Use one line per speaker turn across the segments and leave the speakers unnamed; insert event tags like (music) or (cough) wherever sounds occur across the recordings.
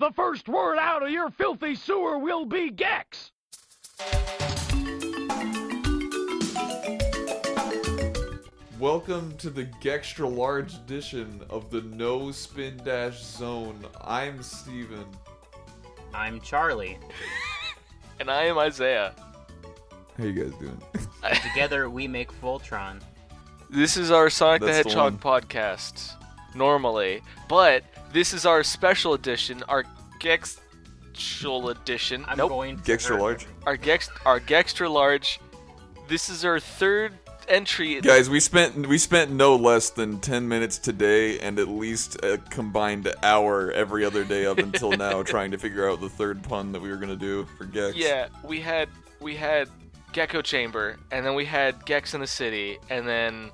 The first word out of your filthy sewer will be Gex.
Welcome to the extra large edition of the No Spin Dash Zone. I'm Steven.
I'm Charlie.
And I am Isaiah.
How you guys
(laughs)
doing?
Together we make Voltron.
This is our Sonic the
That's the
Hedgehog podcast, normally, but this is our special edition, our Gextual edition.
I'm
nope,
going for
Extra
her.
large.
our Gex, our Gextra large. This is our third entry.
Guys, we spent we spent no less than 10 minutes today and at least a combined hour every other day up
(laughs)
until now trying to figure out the third pun that we were going to do for Gex.
Yeah, we had we had Gecko Chamber, and then we had Gex in the City, and then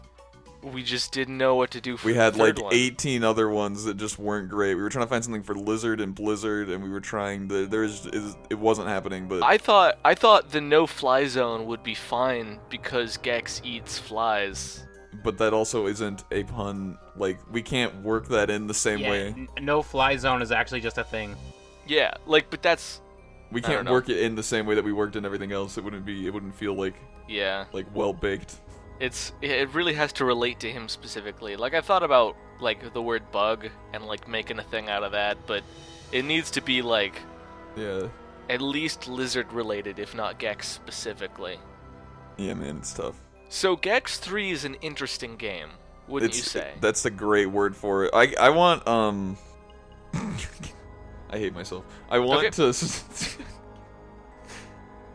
we just didn't know what to do. For
We
the
had
third
like
one.
18 other ones that just weren't great. We were trying to find something for Lizard and Blizzard and we were trying to there's it wasn't happening, but
I thought I thought the no fly zone would be fine because Gex eats flies.
but that also isn't a pun. Like we can't work that in the same
Yeah,
way.
n- no fly zone is actually just a thing.
Yeah, like but that's
We
I don't
can't
know.
work it in the same way that we worked in everything else. It wouldn't be. It wouldn't feel like
yeah.
like well baked.
It's it really has to relate to him specifically. Like I thought about like the word bug and like making a thing out of that, but it needs to be like
Yeah.
at least lizard related if not Gex specifically.
Yeah, man, it's tough.
So Gex 3 is an interesting game, wouldn't
it's,
you say?
That's a great word for it. I I want um. (laughs) I hate myself. I want
Okay.
to. s- (laughs)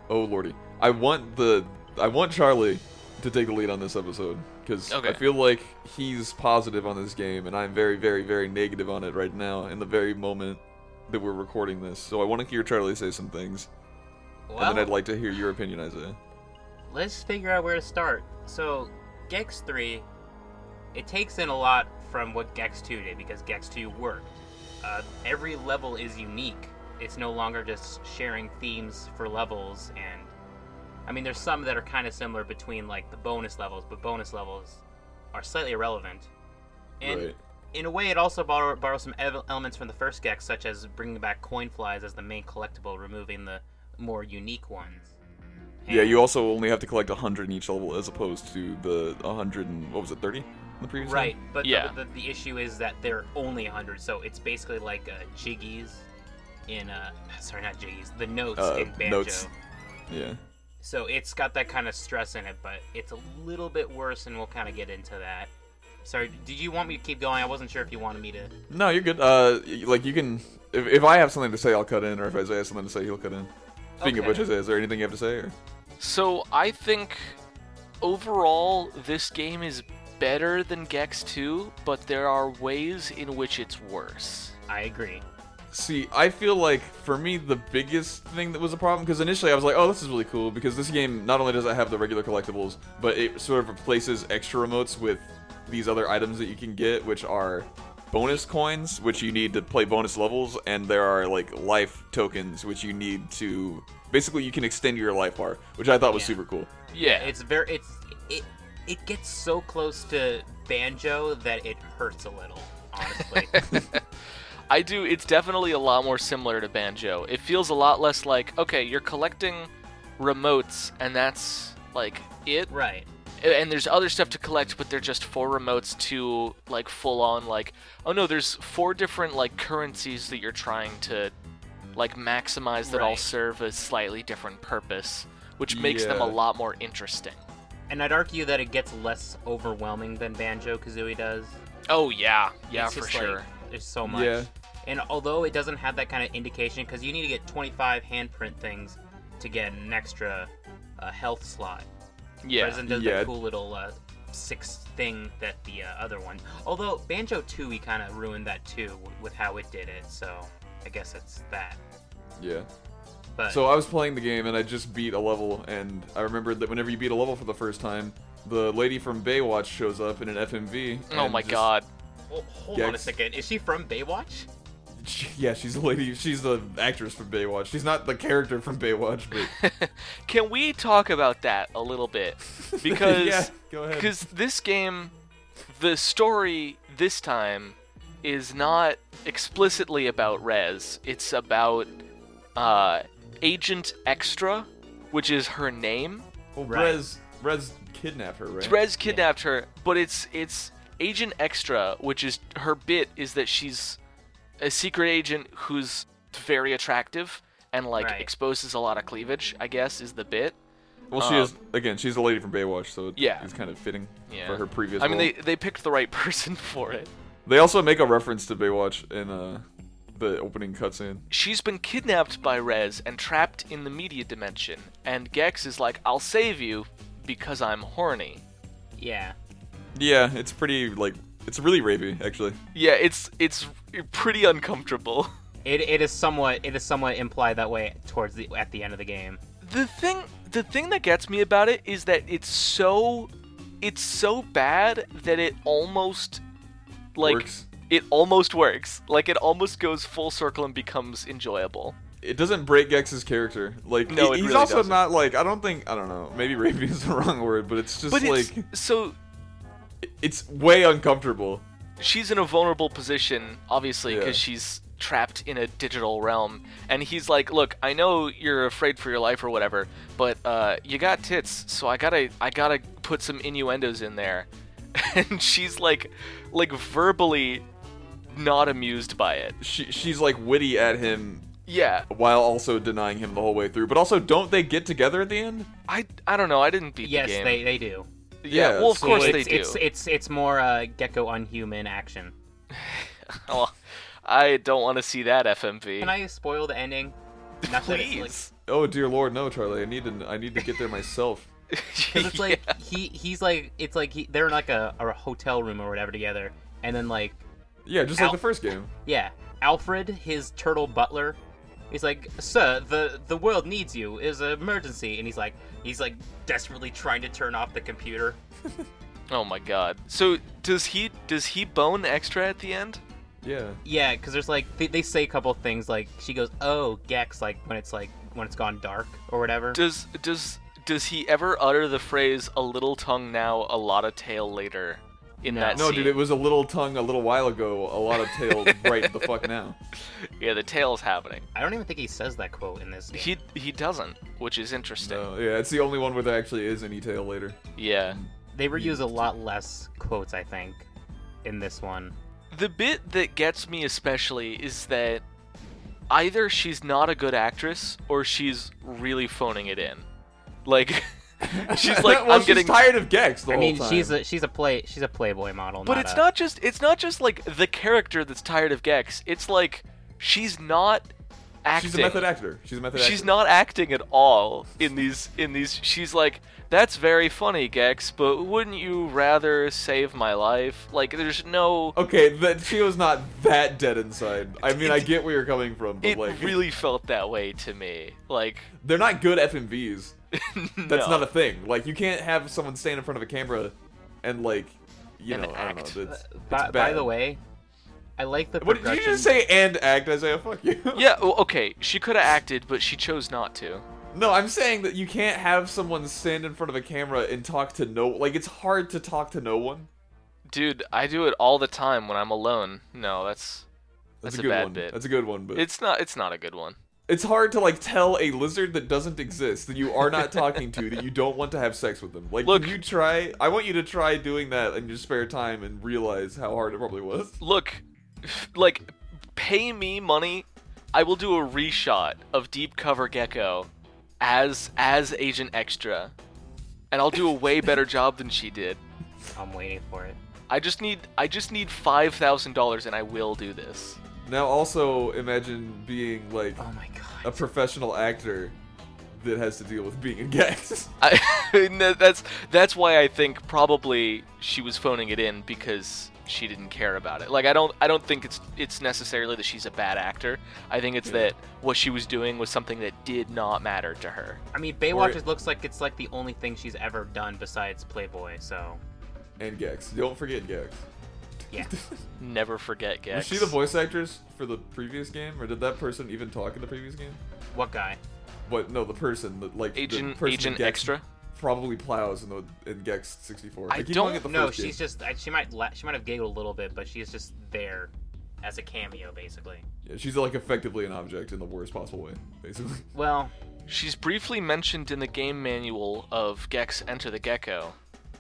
oh lordy, I want the I want Charlie to take the lead on this episode because I
Okay.
feel like he's positive on this game and I'm very very very negative on it right now in the very moment that we're recording this. So I want to hear Charlie say some things, and
Well,
then I'd like to hear your opinion, Isaiah.
let's figure out where to start. So, Gex 3, it takes in a lot from what Gex 2 did because Gex 2 worked. Uh, every level is unique. It's no longer just sharing themes for levels and I mean there's some that are kind of similar between like the bonus levels, but bonus levels are slightly irrelevant. And
right.
in a way, it also borrow, borrows some ev- elements from the first Gex, such as bringing back coin flies as the main collectible, removing the more unique ones.
Yeah, you also only have to collect 100 in each level as opposed to the 100 and what was it, 30 in the previous one?
Right, but the-
Yeah.
the, the, issue is that they're only 100, so it's basically like uh, Jiggies in, uh, sorry, not Jiggies, the notes
Uh,
in Banjo.
notes. Yeah.
So it's got that kind of stress in it, but it's a little bit worse, and we'll kind of get into that. Sorry, did you want me to keep going? I wasn't sure if you wanted me to.
No, you're good. Uh, y- like you can, if, if I have something to say, I'll cut in, or if Isaiah has something to say, he'll cut in. Speaking of
Okay.
which, Isaiah, is there anything you have to say? Or?
So I think overall this game is better than Gex 2, but there are ways in which it's worse.
I agree.
See, I feel like for me the biggest thing that was a problem because initially I was like, "Oh, this is really cool" because this game not only does it have the regular collectibles, but it sort of replaces extra remotes with these other items that you can get, which are bonus coins, which you need to play bonus levels, and there are like life tokens, which you need to basically you can extend your life bar, which I thought was
Yeah.
super cool.
Yeah,
It's very it's it it gets so close to banjo that it hurts a little,
(laughs)
honestly.
I do. It's definitely a lot more similar to Banjo. It feels a lot less like, okay, you're collecting remotes, and that's like it.
right.
And there's other stuff to collect, but they're just four remotes to like full on like, oh no, there's four different like currencies that you're trying to like maximize that all
Right.
serve a slightly different purpose, which makes them a
Yeah.
lot more interesting.
And I'd argue that it gets less overwhelming than Banjo Kazooie does.
Oh yeah, yeah
It's
for
just,
sure.
Like, there's so much.
Yeah.
And although it doesn't have that kind of indication, because you need to get 25 handprint things to get an extra uh, health slot.
yeah,
President does
Yeah.
the cool little uh, six thing that the uh, other one. Although Banjo Tooie kind of ruined that too w- with how it did it, so I guess it's that.
Yeah.
But
So I was playing the game and I just beat a level, and I remembered that whenever you beat a level for the first time, the lady from Baywatch shows up in an FMV.
oh
and
my
just-
god.
Hol- hold on a
Yikes.
second. Is she from Baywatch?
(laughs) She- yeah, she's a lady. She's the actress from Baywatch. She's not the character from Baywatch, but (laughs)
Can we talk about that a
(laughs)
little bit? Because
yeah, go ahead.
Because this game, the story this time is not explicitly about Rez. It's about uh, Agent Extra, which is her name.
Well,
Right.
Rez Rez kidnapped her, right?
Rez kidnapped her, but it's it's Agent Extra, which is her bit is that she's a secret agent who's very attractive and like
Right.
exposes a lot of cleavage. I guess is the bit.
well, she
um,
is again. She's a lady from Baywatch, so it-
Yeah.
it's kind of fitting
Yeah.
for her previous.
I mean,
role.
they they picked the right (laughs) person for it.
They also make a reference to Baywatch in uh, the opening cutscene.
She's been kidnapped by Rez and trapped in the media dimension, and Gex is like, "I'll save you because I'm horny."
Yeah.
Yeah, it's pretty like it's really rapey actually.
Yeah, it's it's pretty uncomfortable.
It, it is somewhat it is somewhat implied that way towards the at the end of the game.
the thing the thing that gets me about it is that it's so it's so bad that it almost like
Works.
it almost works like it almost goes full circle and becomes enjoyable
It doesn't break Gex's character. Like
No,
he-
it
he's
really
also
doesn't.
not like I don't think I don't know. Maybe rapey is (laughs) the wrong word, but it's just
but
like
it's so
it's way uncomfortable.
she's in a vulnerable position obviously
Yeah.
because she's trapped in a digital realm and he's like look i know you're afraid for your life or whatever but uh, you got tits so i gotta i gotta put some innuendos in there (laughs) and she's like like verbally not amused by it
She she's like witty at him
yeah
while also denying him the whole way through. But also, don't they get together at the end?
i i don't know i didn't beat
Yes,
the game
they, they do.
Yeah,
yeah, well of
so
course
it's,
they do
It's it's it's more uh, gecko unhuman action.
Well, (laughs) i don't want to see that fmv
Can I spoil the ending? Not that it's like- (laughs)
please (laughs)
Oh dear lord, no, Charlie. I need to I need to get there myself.
Because it's
(laughs)
like he he's like it's like he, they're in like a, a hotel room or whatever together, and then like
Yeah, just like
Ow.
the first game.
yeah, Alfred, his turtle butler, he's like, "Sir, the the world needs you. Is an emergency." And he's like, he's like desperately trying to turn off the computer.
oh my god so does he does he bone extra at the end
Yeah.
Yeah, because there's like they, they say a couple things like she goes, "Oh, Gex," like when it's like when it's gone dark or whatever.
Does does does he ever utter the phrase "a little tongue now, a lot of tail later"? In
No.
that
No,
scene?
dude, it was a little tongue a little while ago, a lot of
(laughs)
tail right the fuck now.
yeah, the tail's happening.
I don't even think he says that quote in this. Game.
He he doesn't, which is interesting.
No, yeah, it's the only one where there actually is any tail later.
Yeah,
they reuse a lot less quotes, I think, in this one.
the bit that gets me especially is that either she's not a good actress or she's really phoning it in. Like (laughs)
(laughs)
she's like,
well,
I'm
she's
getting
tired of Gex the
I
whole
mean,
time.
she's a she's a play she's a Playboy model.
But it's not just it's not just like the character that's tired of Gex. It's like she's not acting.
She's a method actor. She's a method actor.
She's not acting at all in these in these she's like that's very funny Gex, but wouldn't you rather save my life? Like there's no
Okay, that she was not that dead inside. I mean, I
It's-
get where you're coming from, but
it
like,
really felt that way to me. Like
they're not good FMVs. (laughs) That's
no.
not a thing. Like, you can't have someone stand in front of a camera and like, you
And
know,
act.
I don't know. It's, it's
By,
bad.
by the way, I like the
what did
progression.
you just say? And act, Isaiah? Fuck you.
Yeah, o- okay, she could have acted, but she chose not to.
(laughs) No, I'm saying that you can't have someone stand in front of a camera and talk to no. Like, it's hard to talk to no one.
Dude, I do it all the time when I'm alone. No, that's
That's,
That's
a
a
good
bad
one.
bit.
That's a good one, but
it's not it's not a good one.
it's hard to like tell a lizard that doesn't exist that you are not talking to that you don't want to have sex with them. Like,
Look-
can you try? I want you to try doing that in your spare time and realize how hard it probably was.
look, like, pay me money. I will do a reshot of Deep Cover Gecko as as Agent Extra, and I'll do a way better job than she did.
I'm waiting for it.
I just need I just need five thousand dollars, and I will do this.
Now, also imagine being like
Oh my
a
god.
professional actor that has to deal with being in gags.
I, (laughs) and that- that's that's why I think probably she was phoning it in because she didn't care about it. Like I don't I don't think it's it's necessarily that she's a bad actor. I think it's that what she was doing was something that did not matter to her.
I mean, Baywatch
or-
just looks like it's like the only thing she's ever done besides Playboy. So
(laughs) and gags. Don't forget gags.
yeah,
Never forget Gex.
Was she the voice actress for the previous game, or did that person even talk in the previous game?
what guy?
What? No, the person that like the
Agent
person that
Agent
Gex
Extra.
probably plows in the in Gex 64.
I
keep
don't
calling it the
No,
first game.
she's just I- she might la- she might have giggled a little bit, but she's just there. as a cameo, basically.
Yeah, she's like effectively an object in the worst possible way, basically.
Well,
She's briefly mentioned in the game manual of Gex Enter the Gecko,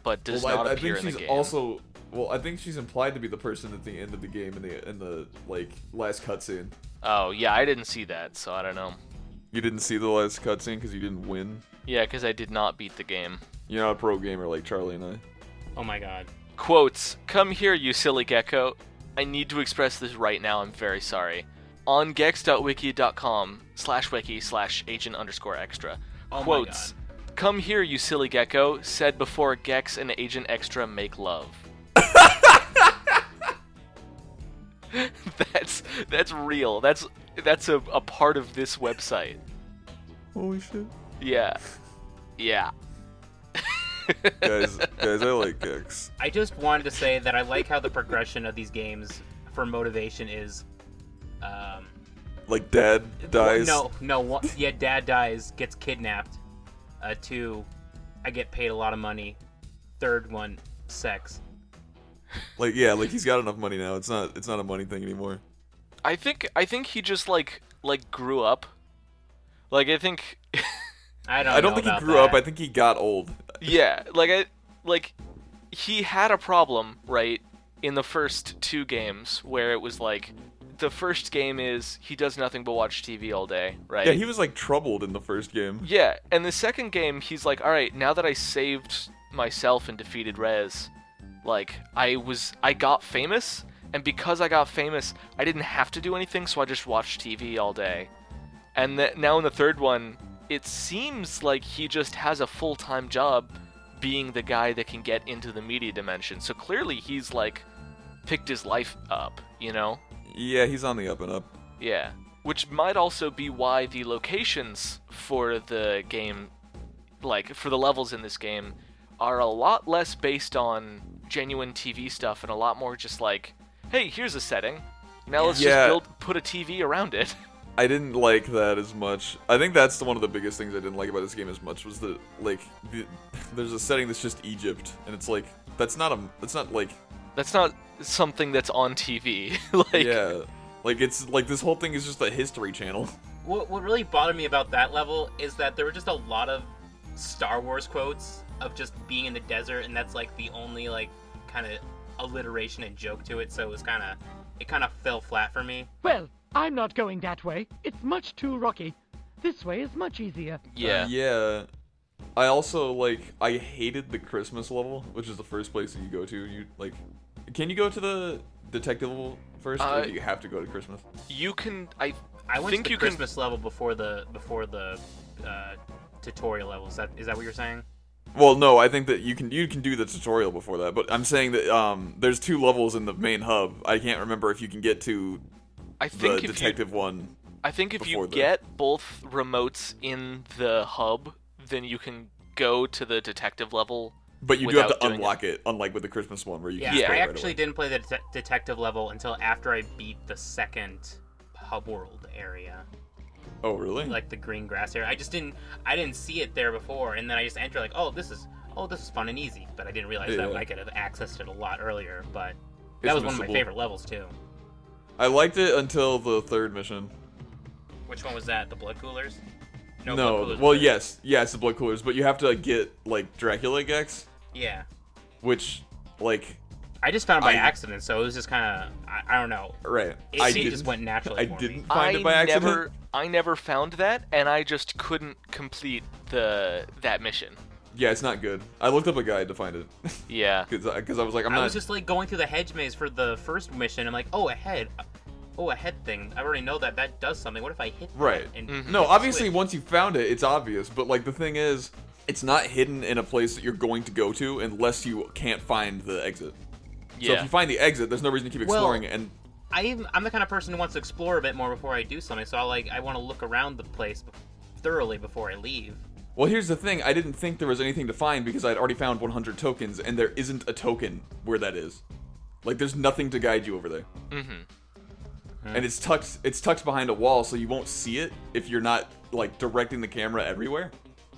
but does
well,
not
I, I
appear
think
in
she's
the game.
also well, I think she's implied to be the person at the end of the game in the in the like last cutscene.
Oh yeah, I didn't see that, so I don't know.
You didn't see the last cutscene because you didn't win.
Yeah, because I did not beat the game.
You're not a pro gamer like Charlie and I.
oh my god.
Quotes, come here, you silly gecko. I need to express this right now, I'm very sorry. On gex.wiki.com slash wiki slash agent underscore extra.
Oh my
Quotes, come here, you silly gecko, said before Gex and Agent Extra make love. (laughs) that's that's real. That's that's a, a part of this website.
Holy shit,
Yeah. Yeah. (laughs)
guys, guys, I like Gex.
I just wanted to say that I like how the progression of these games for motivation is, um,
Like dad dies.
No, no. One, yeah, dad dies, gets kidnapped. Uh, two, I get paid a lot of money. Third one, sex.
Like yeah, like he's got enough money now. It's not it's not a money thing anymore.
I think I think he just like like grew up. Like I think
I don't.
I don't
know
think he
about
grew
that.
up. I think he got old.
yeah, like I like he had a problem, right, in the first two games where it was like the first game is he does nothing but watch TV all day, right?
Yeah, he was like troubled in the first game.
Yeah, and the second game, he's like, all right, now that I saved myself and defeated Rez, like I was, I got famous, and because I got famous, I didn't have to do anything, so I just watched TV all day. And th- now in the third one, it seems like he just has a full time job, being the guy that can get into the media dimension. So clearly, he's like picked his life up, you know?
Yeah, he's on the up and up.
Yeah. Which might also be why the locations for the game, like for the levels in this game, are a lot less based on genuine TV stuff and a lot more just like, hey, here's a setting. Now let's
Yeah.
just build, put a TV around it. (laughs)
I didn't like that as much. I think that's the, one of the biggest things I didn't like about this game as much was the like the, (laughs) there's a setting that's just Egypt and it's like that's not a that's not like
That's not something that's on TV. (laughs) like,
yeah like it's like this whole thing is just a history channel. (laughs)
What, what really bothered me about that level is that there were just a lot of Star Wars quotes of just being in the desert, and that's like the only like kind of alliteration and joke to it. So it was kind of it kind of fell flat for me.
Well, I'm not going that way. It's much too rocky. This way is much easier.
yeah.
Uh, yeah. I also like I hated the Christmas level, which is the first place that you go to. You like can you go to the detective level first
Uh,
or do you have to go to Christmas?
You can. I.
I went
think
to the
you
Christmas level before the before the uh, tutorial level. Is that is that what you're saying?
Well, no, I think that you can you can do the tutorial before that, but I'm saying that um there's two levels in the main hub. I can't remember if you can get to
Can, I
the
think if you
detective one.
I think if you
before the-
get both remotes in the hub, then you can go to the detective level.
But you do have
without
to
doing it.
unlock it. unlike with the Christmas one where you
Yeah,
can just
Yeah.
go
I
right
actually
away.
didn't play the det- detective level until after I beat the second hub world area,
Oh really?
like the green grass area. I just didn't I didn't see it there before, and then I just entered like, oh, this is oh, this is fun and easy. But I didn't realize that
Yeah.
I could have accessed it a lot earlier. But that
It's
was one of my
missable.
favorite levels too.
I liked it until the third mission.
Which one was that? The blood coolers? blood
No,
coolers
well
was-
yes, yes, the blood coolers, but you have to get like Dracula Gex,
Yeah.
which like
I just found it by
I-
accident, so it was just kind of I, I don't know.
right.
It,
I
it
didn't,
just went naturally.
I
for
didn't
Me.
find
I
it by accident.
never, I never found that, and I just couldn't complete the that mission.
Yeah, it's not good. I looked up a guide to find it (laughs)
Yeah,
because I, 'cause I was like I'm
I
not
was just like going through the hedge maze for the first mission. I'm like, oh, a head, oh, a head thing. I already know that that does something. What if I hit that
Right.
And
Mhm.
No,
hit the
obviously,
switch?
once you found it, it's obvious. But like the thing is, it's not hidden in a place that you're going to go to unless you can't find the exit. So if
yeah.
you find the exit, there's no reason to keep
Well-
exploring. it and
I even, I'm the kind of person who wants to explore a bit more before I do something. So I like I want to look around the place bef- thoroughly before I leave.
well, here's the thing: I didn't think there was anything to find because I'd already found 100 tokens, and there isn't a token where that is. Like, there's nothing to guide you over there. Mm-hmm. And it's tucked. It's tucked behind a wall, so you won't see it if you're not like directing the camera everywhere.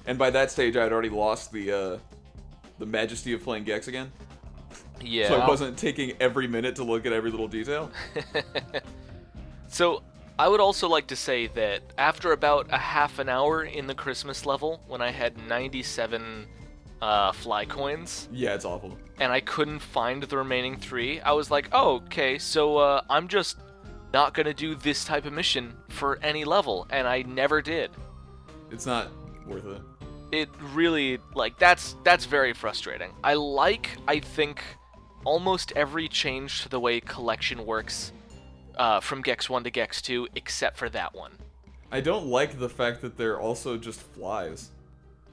And by that stage, I had already lost the uh, the majesty of playing Gex again.
Yeah.
So I wasn't taking every minute to look at every little detail.
So I would also like to say that after about a half an hour in the Christmas level, when I had 97 uh, fly coins
Yeah, it's awful.
and I couldn't find the remaining three, I was like, oh, okay, so uh, I'm just not gonna do this type of mission for any level, and I never did.
It's not worth it.
It really like that's that's very frustrating. I like I think almost every change to the way collection works uh, from Gex one to Gex two, except for that one.
I don't like the fact that they're also just flies.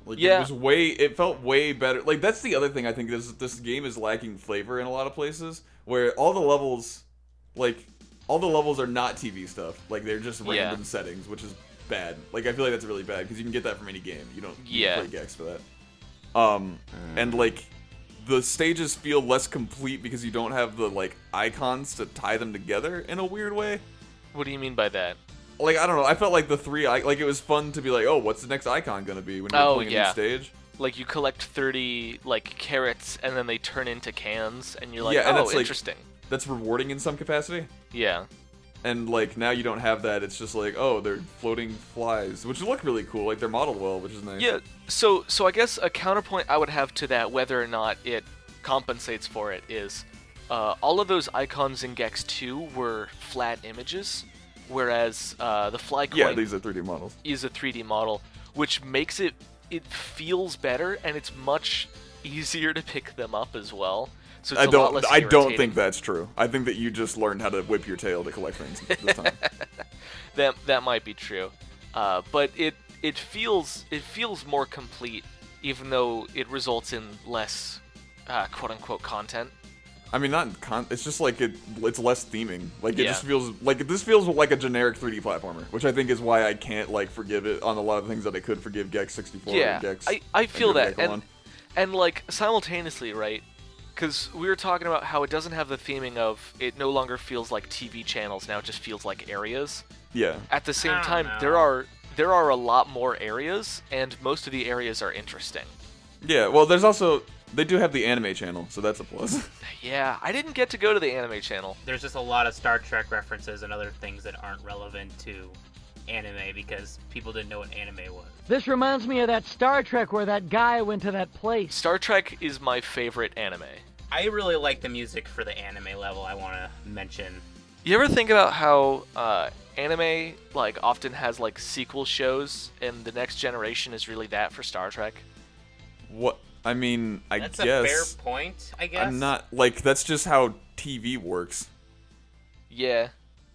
Like
Yeah.
it was way it felt way better. Like that's the other thing I think this this game is lacking flavor in a lot of places where all the levels like all the levels are not TV stuff. Like they're just
Yeah.
random settings, which is bad. Like I feel like that's really bad because you can get that from any game. You don't you
Yeah.
don't play Gex for that. Um and like the stages feel less complete because you don't have the like icons to tie them together in a weird way
What do you mean by that?
like I don't know. I felt like the three, I, like it was fun to be like, oh, what's the next icon gonna be when you're
Oh,
playing a
yeah.
new stage?
Like you collect 30 like carrots and then they turn into cans and you're like,
Yeah, and
"Oh,
it's, like-
interesting."
That's rewarding in some capacity.
Yeah.
And like now you don't have that. It's just like, oh, they're floating flies, which look really cool. Like they're modeled well, which is nice.
Yeah, so so I guess a counterpoint I would have to that whether or not it compensates for it is uh, all of those icons in Gex 2 were flat images whereas uh, the fly coin
yeah. These are 3D models.
is a 3D model, which makes it it feels better and it's much easier to pick them up as well. So it's
I
a lot
don't.
less
I don't
irritating.
think that's true. I think that you just learned how to whip your tail to collect things this time.
that that might be true, uh, but it it feels it feels more complete, even though it results in less uh, quote unquote content.
I mean, not in con- it's just like it. It's less theming. Like it
Yeah.
just feels like this feels like a generic 3D platformer, which I think is why I can't like forgive it on a lot of things that I could forgive Gex 64.
yeah,
and Gex.
I I feel
Go
that
back
and
on.
and like simultaneously, right? Because we were talking about how it doesn't have the theming of it no longer feels like TV channels now; it just feels like areas.
yeah,
at the same
I don't
time
know.
there are there are a lot more areas and most of the areas are interesting
yeah. Well, there's also they do have the anime channel, so that's a
(laughs)
plus.
yeah i didn't get to go to the anime channel
There's just a lot of Star Trek references and other things that aren't relevant to anime because people didn't know what anime was.
This reminds me of that Star Trek where that guy went to that place.
star trek is my favorite anime
I really like the music for the anime level. I want to mention.
you ever think about how uh, anime like often has like sequel shows and the next generation is really that for star trek
what I mean, I
That's a
guess
fair point, I guess.
I'm not like that's just how TV works.
yeah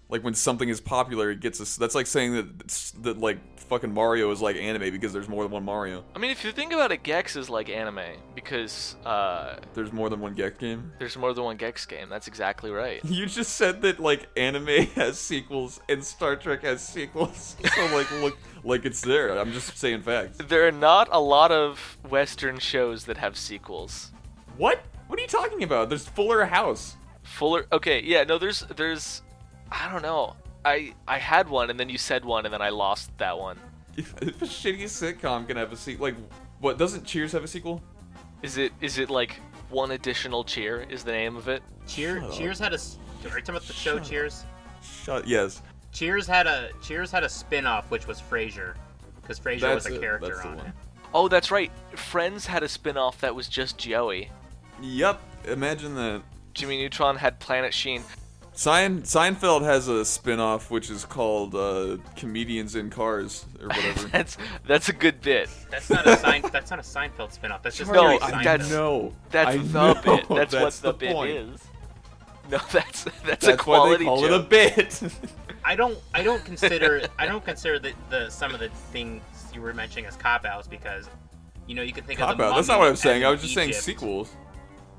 Like when something is popular, it gets us. That's like saying that that like fucking Mario is like anime because there's more than one Mario.
i mean if you think about it gex is like anime because uh,
There's more than one Gex game.
there's more than one gex game that's exactly right
(laughs)
(laughs)
You just said that like anime (laughs) has sequels and Star Trek has sequels. (laughs) So like look like it's there. I'm just saying facts.
there are not a lot of western shows that have sequels
What? What are you talking about? There's Fuller House. (laughs)
Fuller. Okay, yeah, no, there's there's, I don't know. I I had one, and then you said one, and then I lost that one.
If, if a shitty sitcom can have a sequel, like what doesn't Cheers have a sequel?
Is it is it like one additional cheer is the name of it?
Cheer,
Shut up.
Cheers had a. s- Are you talking about the show
Shut up.
Cheers?
Shut. Yes.
Cheers had a Cheers had a spin-off which was Frasier, because Frasier was
That's
a
it.
character
That's the
on it.
one.
Oh, that's right. Friends had a spin-off that was just Joey.
Yep. Imagine that.
Jimmy Neutron had Planet Sheen. (laughs)
Sein- Seinfeld has a spin-off which is called uh, Comedians in Cars
(laughs)
or whatever.
That's that's a good bit.
That's not a sign. that's not a Seinfeld spin-off. That's just
No,
Jerry
I-
Seinfeld.
that's-
no.
That's the bit.
(laughs)
That's, what the, bit
point.
is. No, (laughs) that's that's, a
That's why
quality
they call
joke.
it a
(laughs)
bit.
I don't I don't consider I don't consider the, the some of the things you were mentioning as cop outs because you know you can think of
Cop
the
out. That's
Mummy
not what I'm
as
saying.
in
I was just saying
Egypt.
sequels.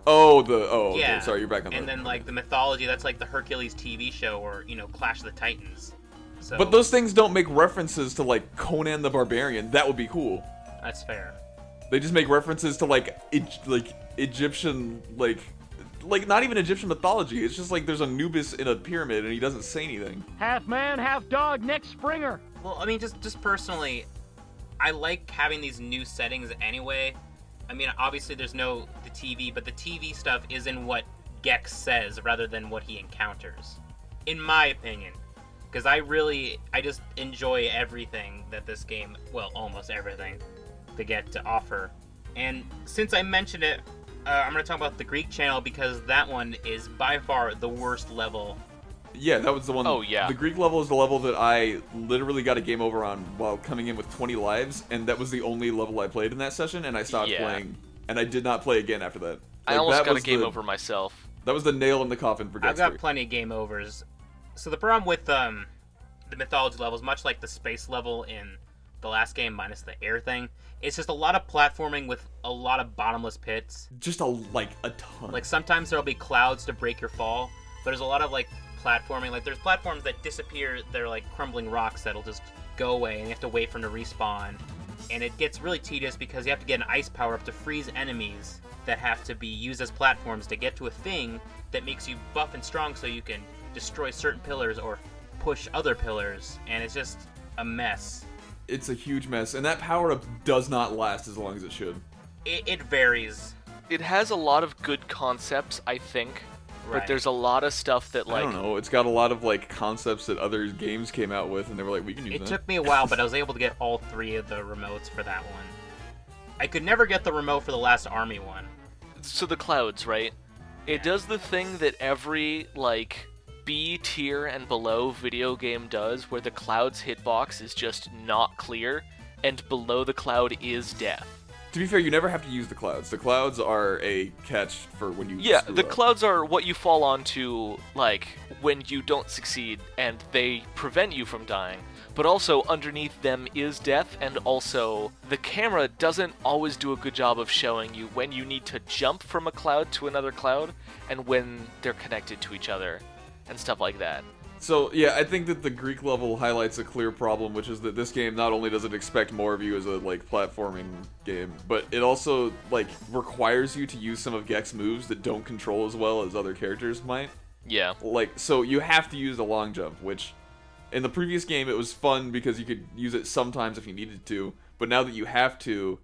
Oh, the oh. okay,
Yeah.
Sorry, you're back on.
And
the,
then like the mythology, that's like the Hercules TV show or you know Clash of the Titans. So
But those things don't make references to like Conan the Barbarian. That would be cool.
that's fair.
They just make references to like Eg- like Egyptian like like not even Egyptian mythology. It's just like there's Anubis in a pyramid and he doesn't say anything.
Half man, half dog, neck Springer.
Well, I mean, just just personally, I like having these new settings anyway. I mean, obviously there's no the TV, but the TV stuff is in what Gex says rather than what he encounters, in my opinion. Because I really, I just enjoy everything that this game, well, almost everything, they get to offer. And since I mentioned it, uh, I'm gonna talk about the Greek channel because that one is by far the worst level.
Yeah, that was the one.
Oh, yeah.
The Greek level is the level that I literally got a game over on while coming in with 20 lives, and that was the only level I played in that session, and I stopped
Yeah.
playing, and I did not play again after that.
I
Like,
almost
that
got a
was
game
the-
over myself.
That was the nail in the coffin for
I've
Dex
got plenty of game overs. So the problem with um, the mythology levels, much like the space level in the last game, minus the air thing, it's just a lot of platforming with a lot of bottomless pits.
Just a like a ton.
Like sometimes there'll be clouds to break your fall, but there's a lot of like platforming. Like there's platforms that disappear, they're like crumbling rocks that'll just go away, and you have to wait for them to respawn. And it gets really tedious because you have to get an ice power up to freeze enemies that have to be used as platforms to get to a thing that makes you buff and strong so you can destroy certain pillars or push other pillars. And it's just a mess.
it's a huge mess, and that power up does not last as long as it should.
It, it varies.
It has a lot of good concepts, I think,
Right.
but there's a lot of stuff that
I
like
don't know. It's got a lot of like concepts that other games came out with, and they were like, we can use
It
that.
took me a while, but I was able to get all three of the remotes for that one. I could never get the remote for the last army one.
so the clouds, right? It does the thing that every like B tier and below video game does, where the clouds hitbox is just not clear, and below the cloud is death.
to be fair, you never have to use the clouds. The clouds are a catch for when you.
Yeah,
screw
the
up.
clouds are what you fall onto, like, when you don't succeed, and they prevent you from dying. But also, underneath them is death, and also, the camera doesn't always do a good job of showing you when you need to jump from a cloud to another cloud, and when they're connected to each other, and stuff like that.
So yeah, I think that the Greek level highlights a clear problem, which is that this game not only does it expect more of you as a like platforming game, but it also like requires you to use some of Gex's moves that don't control as well as other characters might.
Yeah.
Like so you have to use the long jump, which in the previous game it was fun because you could use it sometimes if you needed to, but now that you have to,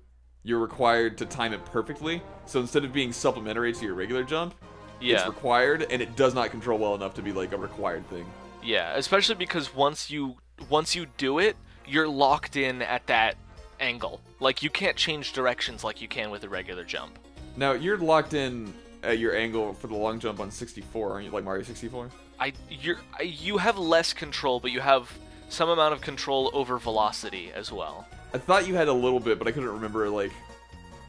you're required to time it perfectly. So instead of being supplementary to your regular jump, it's
Yeah.
required and it does not control well enough to be like a required thing.
Yeah, especially because once you once you do it, you're locked in at that angle. Like you can't change directions like you can with a regular jump.
Now you're locked in at your angle for the long jump on 64, aren't you? Like Mario 64.
I you're I, you have less control, but you have some amount of control over velocity as well.
I thought you had a little bit, but I couldn't remember like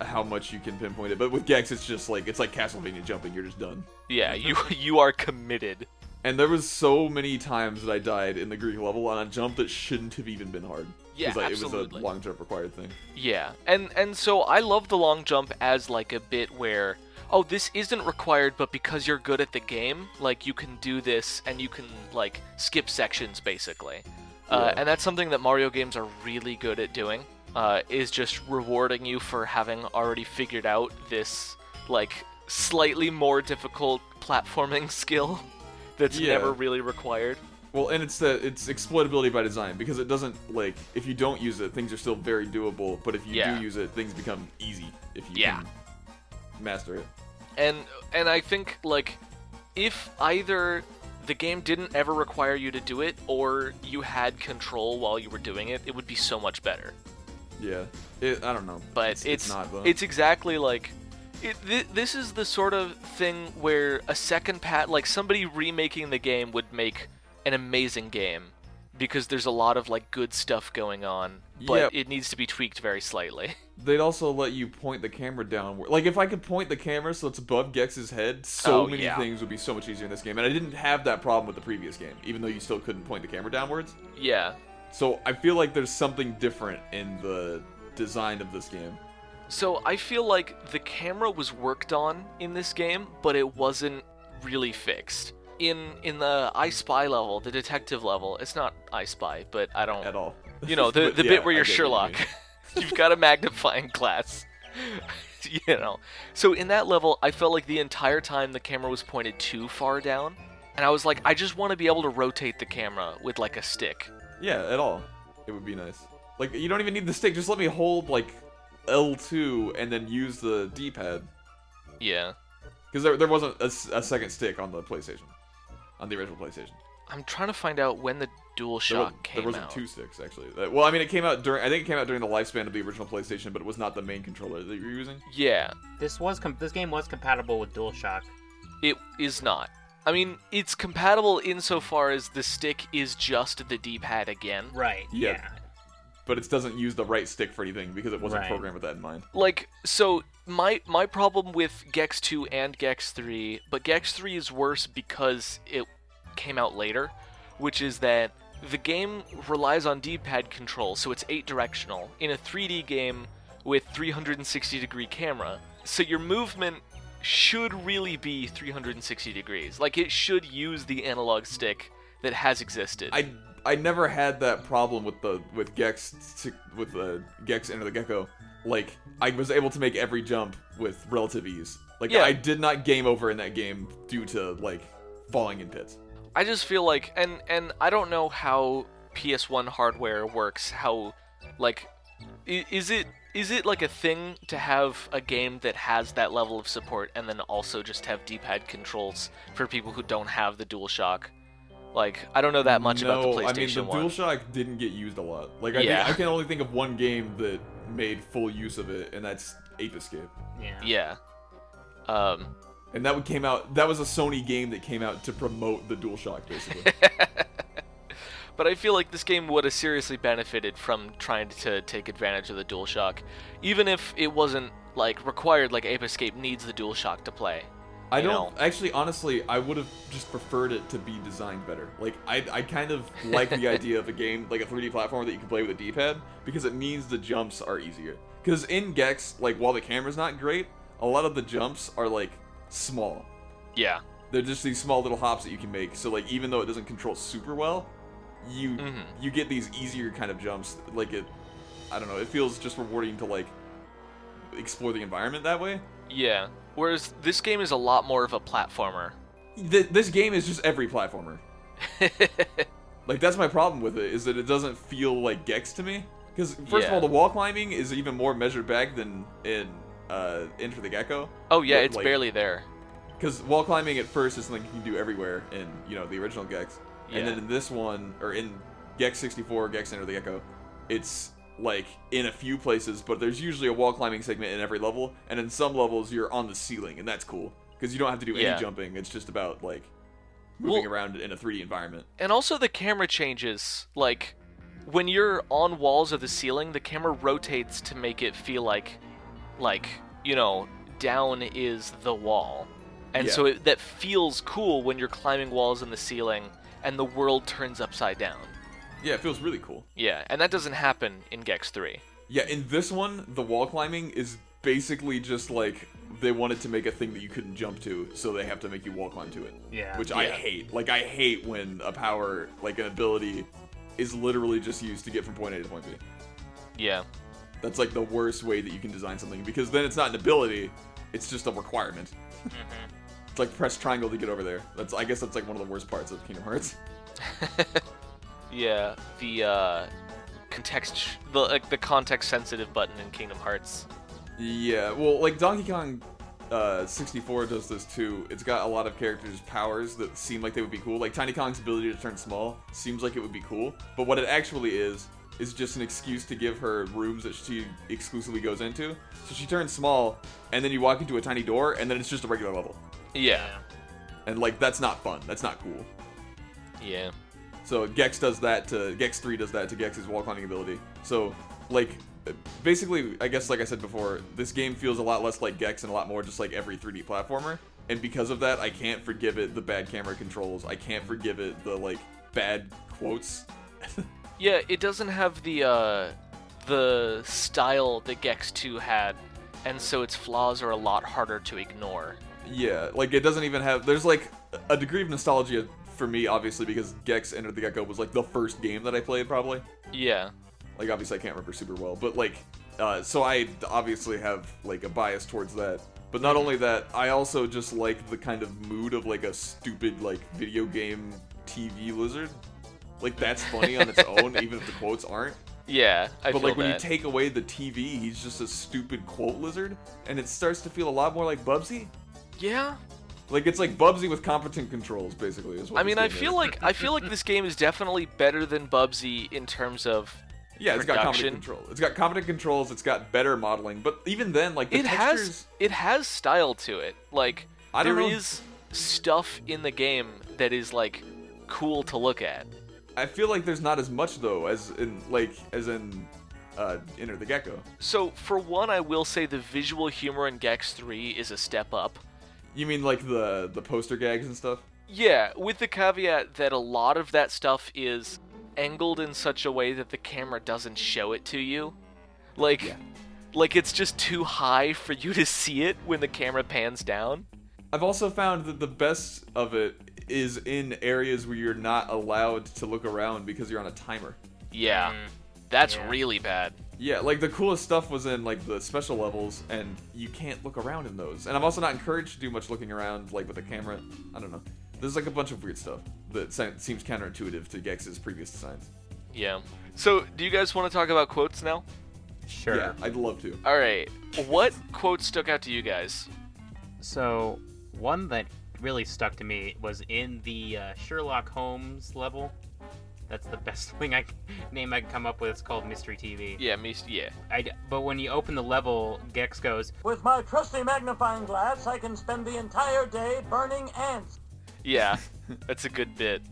how much you can pinpoint it. But with Gex, it's just like it's like Castlevania jumping. You're just done.
Yeah, you (laughs) you are committed.
And there was so many times that I died in the Greek level on a jump that shouldn't have even been hard.
Yeah,
'Cause, like, It was
absolutely.
a long jump required thing.
Yeah, and and so I love the long jump as like a bit where oh this isn't required, but because you're good at the game, like you can do this and you can like skip sections basically, uh,
Yeah.
and that's something that Mario games are really good at doing. Uh, is just rewarding you for having already figured out this like slightly more difficult platforming (laughs) skill that's
Yeah.
never really required.
Well, and it's the it's exploitability by design because it doesn't like if you don't use it, things are still very doable. But if you
Yeah.
do use it, things become easy if you
Yeah.
can master it.
and and I think like if either the game didn't ever require you to do it or you had control while you were doing it, it would be so much better.
Yeah, it, I don't know,
But
it's,
it's
it's not though.
it's exactly like it, th- this is the sort of thing where a second pat like somebody remaking the game would make an amazing game because there's a lot of like good stuff going on, but
Yeah.
it needs to be tweaked very slightly. (laughs)
They'd also let you point the camera downward. Like if I could point the camera so it's above Gex's head, so
Oh,
many
yeah.
things would be so much easier in this game. And I didn't have that problem with the previous game, even though you still couldn't point the camera downwards.
yeah.
So I feel like there's something different in the design of this game.
So I feel like the camera was worked on in this game, but it wasn't really fixed. In in the I Spy level, the detective level, it's not I Spy, but I don't
At all.
Oh. You know, the
(laughs) But
the
yeah,
bit where
I
you're
get what
Sherlock.
you
(laughs)
mean.
You've got a magnifying glass. (laughs) you know. So in that level, I felt like the entire time the camera was pointed too far down, and I was like I just want to be able to rotate the camera with like a stick.
Yeah, at all. It would be nice. Like you don't even need the stick. Just let me hold like L2 and then use the D-pad
Yeah.
because there, there wasn't a, s- a second stick on the PlayStation, on the original PlayStation.
I'm trying to find out when the
There, wa-
DualShock
there
came
wasn't
out.
two sticks actually. Uh, Well, I mean, it came out during. I think it came out during the lifespan of the original PlayStation, but it was not the main controller that you're using.
Yeah.
This was com- this game was compatible with DualShock.
It is not. I mean, it's compatible insofar as the stick is just the D-pad again.
Right.
Yeah.
Yeah.
But it doesn't use the right stick for anything because it wasn't
Right.
programmed with that in mind.
Like, so my my problem with Gex 2 and Gex 3, but Gex 3 is worse because it came out later, which is that the game relies on D-pad control, so it's eight directional in a 3D game with 360 degree camera. So your movement should really be 360 degrees. Like it should use the analog stick that has existed.
I I never had that problem with the with Gex t- with the Gex Enter the Gecko. Like I was able to make every jump with relative ease. Like
Yeah.
I did not game over in that game due to like falling in pits.
I just feel like and and I don't know how PS1 hardware works how like i- is it is it like a thing to have a game that has that level of support and then also just have D-pad controls for people who don't have the DualShock? Like I don't know that much
no,
about the PlayStation
I mean the
1.
DualShock didn't get used a lot. Like I,
Yeah.
think, I can only think of one game that made full use of it, and that's Ape Escape.
Yeah.
yeah. Um
And that one came out. That was a Sony game that came out to promote the DualShock,
(laughs)
basically.
But I feel like this game would have seriously benefited from trying to take advantage of the DualShock, even if it wasn't like required. Like Ape Escape needs the DualShock to play.
I
you
don't
know.
actually, honestly, I would have just preferred it to be designed better. Like, I, I kind of like
(laughs)
the idea of a game like a 3D platformer that you can play with a D-pad because it means the jumps are easier. Because in Gex, like while the camera's not great, a lot of the jumps are like small.
Yeah.
They're just these small little hops that you can make. So like, even though it doesn't control super well, you
Mhm.
you get these easier kind of jumps. Like it, I don't know. It feels just rewarding to like explore the environment that way.
Yeah. Whereas this game is a lot more of a platformer.
Th- this game is just every platformer. Like that's my problem with it is that it doesn't feel like Gex to me. Because first of
Yeah.
all, the wall climbing is even more measured back than in uh, Enter the Gecko.
oh yeah,
But,
it's
like-
barely there.
Because wall climbing at first is something you can do everywhere in you know the original Gex,
Yeah.
and then in this one or in Gex 64, Gex Enter the Gecko, it's like in a few places, but there's usually a wall climbing segment in every level, and in some levels you're on the ceiling, and that's cool because you don't have to do
Yeah.
any jumping. It's just about like moving
Well-
around in a 3D environment.
And also the camera changes. Like when you're on walls of the ceiling, the camera rotates to make it feel like like, you know, down is the wall. And
Yeah.
so it, that feels cool when you're climbing walls in the ceiling and the world turns upside down.
Yeah, it feels really cool.
Yeah, and that doesn't happen in Gex 3.
Yeah, in this one, the wall climbing is basically just like they wanted to make a thing that you couldn't jump to, so they have to make you wall climb to it.
Yeah.
Which I
Yeah.
hate. Like I hate when a power, like an ability, is literally just used to get from point A to point B.
Yeah.
That's like the worst way that you can design something because then it's not an ability, it's just a requirement. it's like press triangle to get over there. That's I guess that's like one of the worst parts of Kingdom Hearts.
Yeah, the uh, context, the like the context sensitive button in Kingdom Hearts.
Yeah, well, like Donkey Kong uh, 64 does this too. It's got a lot of characters' powers that seem like they would be cool. Like Tiny Kong's ability to turn small seems like it would be cool, but what it actually is is just an excuse to give her rooms that she exclusively goes into. So she turns small, and then you walk into a tiny door, and then it's just a regular level.
Yeah,
And like that's not fun. That's not cool.
yeah,
So Gex does that to Gex three does that to Gex's wall climbing ability. So like basically, I guess like I said before, this game feels a lot less like Gex and a lot more just like every 3D platformer. And because of that, I can't forgive it the bad camera controls. I can't forgive it the like bad quotes.
yeah. It doesn't have the uh, the style that Gex 2 had, and so its flaws are a lot harder to ignore.
Yeah, like it doesn't even have. There's like a degree of nostalgia for me, obviously, because Gex Enter the Gecko was like the first game that I played, probably.
Yeah,
like obviously I can't remember super well, but like uh, so I obviously have like a bias towards that. But not only that, I also just like the kind of mood of like a stupid like
(laughs)
video game TV lizard. Like that's funny on its own, even if the quotes aren't.
Yeah, I
but
feel
like when
that.
you take away the TV, he's just a stupid quote lizard, and it starts to feel a lot more like Bubsy.
yeah,
Like it's like Bubsy with competent controls, basically. Is what
I mean,
this
I
game
feel
is.
like I
(laughs)
feel like this game is definitely better than Bubsy in terms of
yeah, it's got competent
production.
control. It's got competent controls. It's got better modeling, but even then, like the
it
textures,
has it has style to it. Like
I don't
there
know.
is stuff in the game that is like cool to look at.
I feel like there's not as much though as in like as in uh, Enter the Gecko.
So for one, I will say the visual humor in Gex 3 is a step up.
You mean like the the poster gags and stuff?
Yeah, with the caveat that a lot of that stuff is angled in such a way that the camera doesn't show it to you. Like
Yeah.
like it's just too high for you to see it when the camera pans down.
I've also found that the best of it is in areas where you're not allowed to look around because you're on a timer.
Yeah.
Mm.
That's
Yeah.
really bad.
Yeah, like the coolest stuff was in like the special levels, and you can't look around in those. And I'm also not encouraged to do much looking around, like with a camera. I don't know. There's like a bunch of weird stuff that se- seems counterintuitive to Gex's previous designs.
Yeah. So, do you guys want to talk about quotes now?
Sure.
Yeah, I'd love to.
All right. What quote stuck out to you guys?
So, one that really stuck to me was in the uh, Sherlock Holmes level. That's the (laughs) best thing I name I can come up with. It's called Mystery TV.
Yeah, me. Yeah.
I, but when you open the level, Gex goes,
With my trusty magnifying glass, I can spend the entire day burning ants.
(laughs) Yeah. That's a good bit.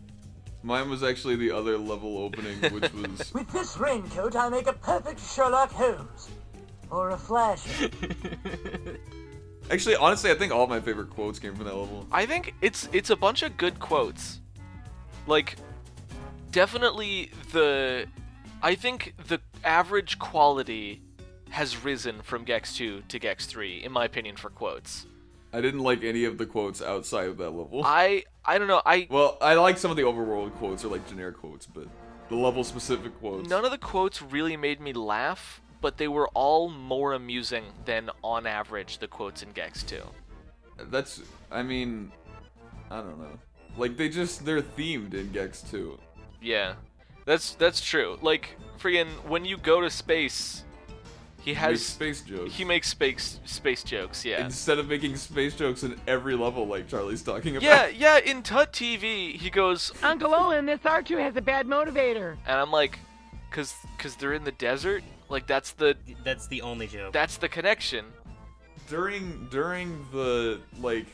Mine was actually the other level opening,
(laughs)
which was
With this raincoat, I make a perfect Sherlock Holmes. Or a Flash.
actually honestly, I think all my favorite quotes came from that level.
I think it's it's a bunch of good quotes. Like definitely the I think the average quality has risen from Gex 2 to Gex 3 in my opinion for quotes.
I didn't like any of the quotes outside of that level.
I I don't know. I
Well, I like some of the overworld quotes or like generic quotes, but the level specific quotes.
none of the quotes really made me laugh, but they were all more amusing than on average the quotes in Gex 2.
That's, I mean, I don't know. Like they just they're themed in Gex 2.
Yeah, that's that's true. Like friggin' when you go to space, he
Make
has
space jokes.
he makes space space jokes.
(laughs)
Yeah,
Instead of making space jokes in every level, like Charlie's talking about.
yeah, yeah. In Tut TV, he goes,
Uncle Owen, this R2 has a bad motivator.
and I'm like, cause cause they're in the desert. Like that's the
That's the only joke.
that's the connection.
During during the like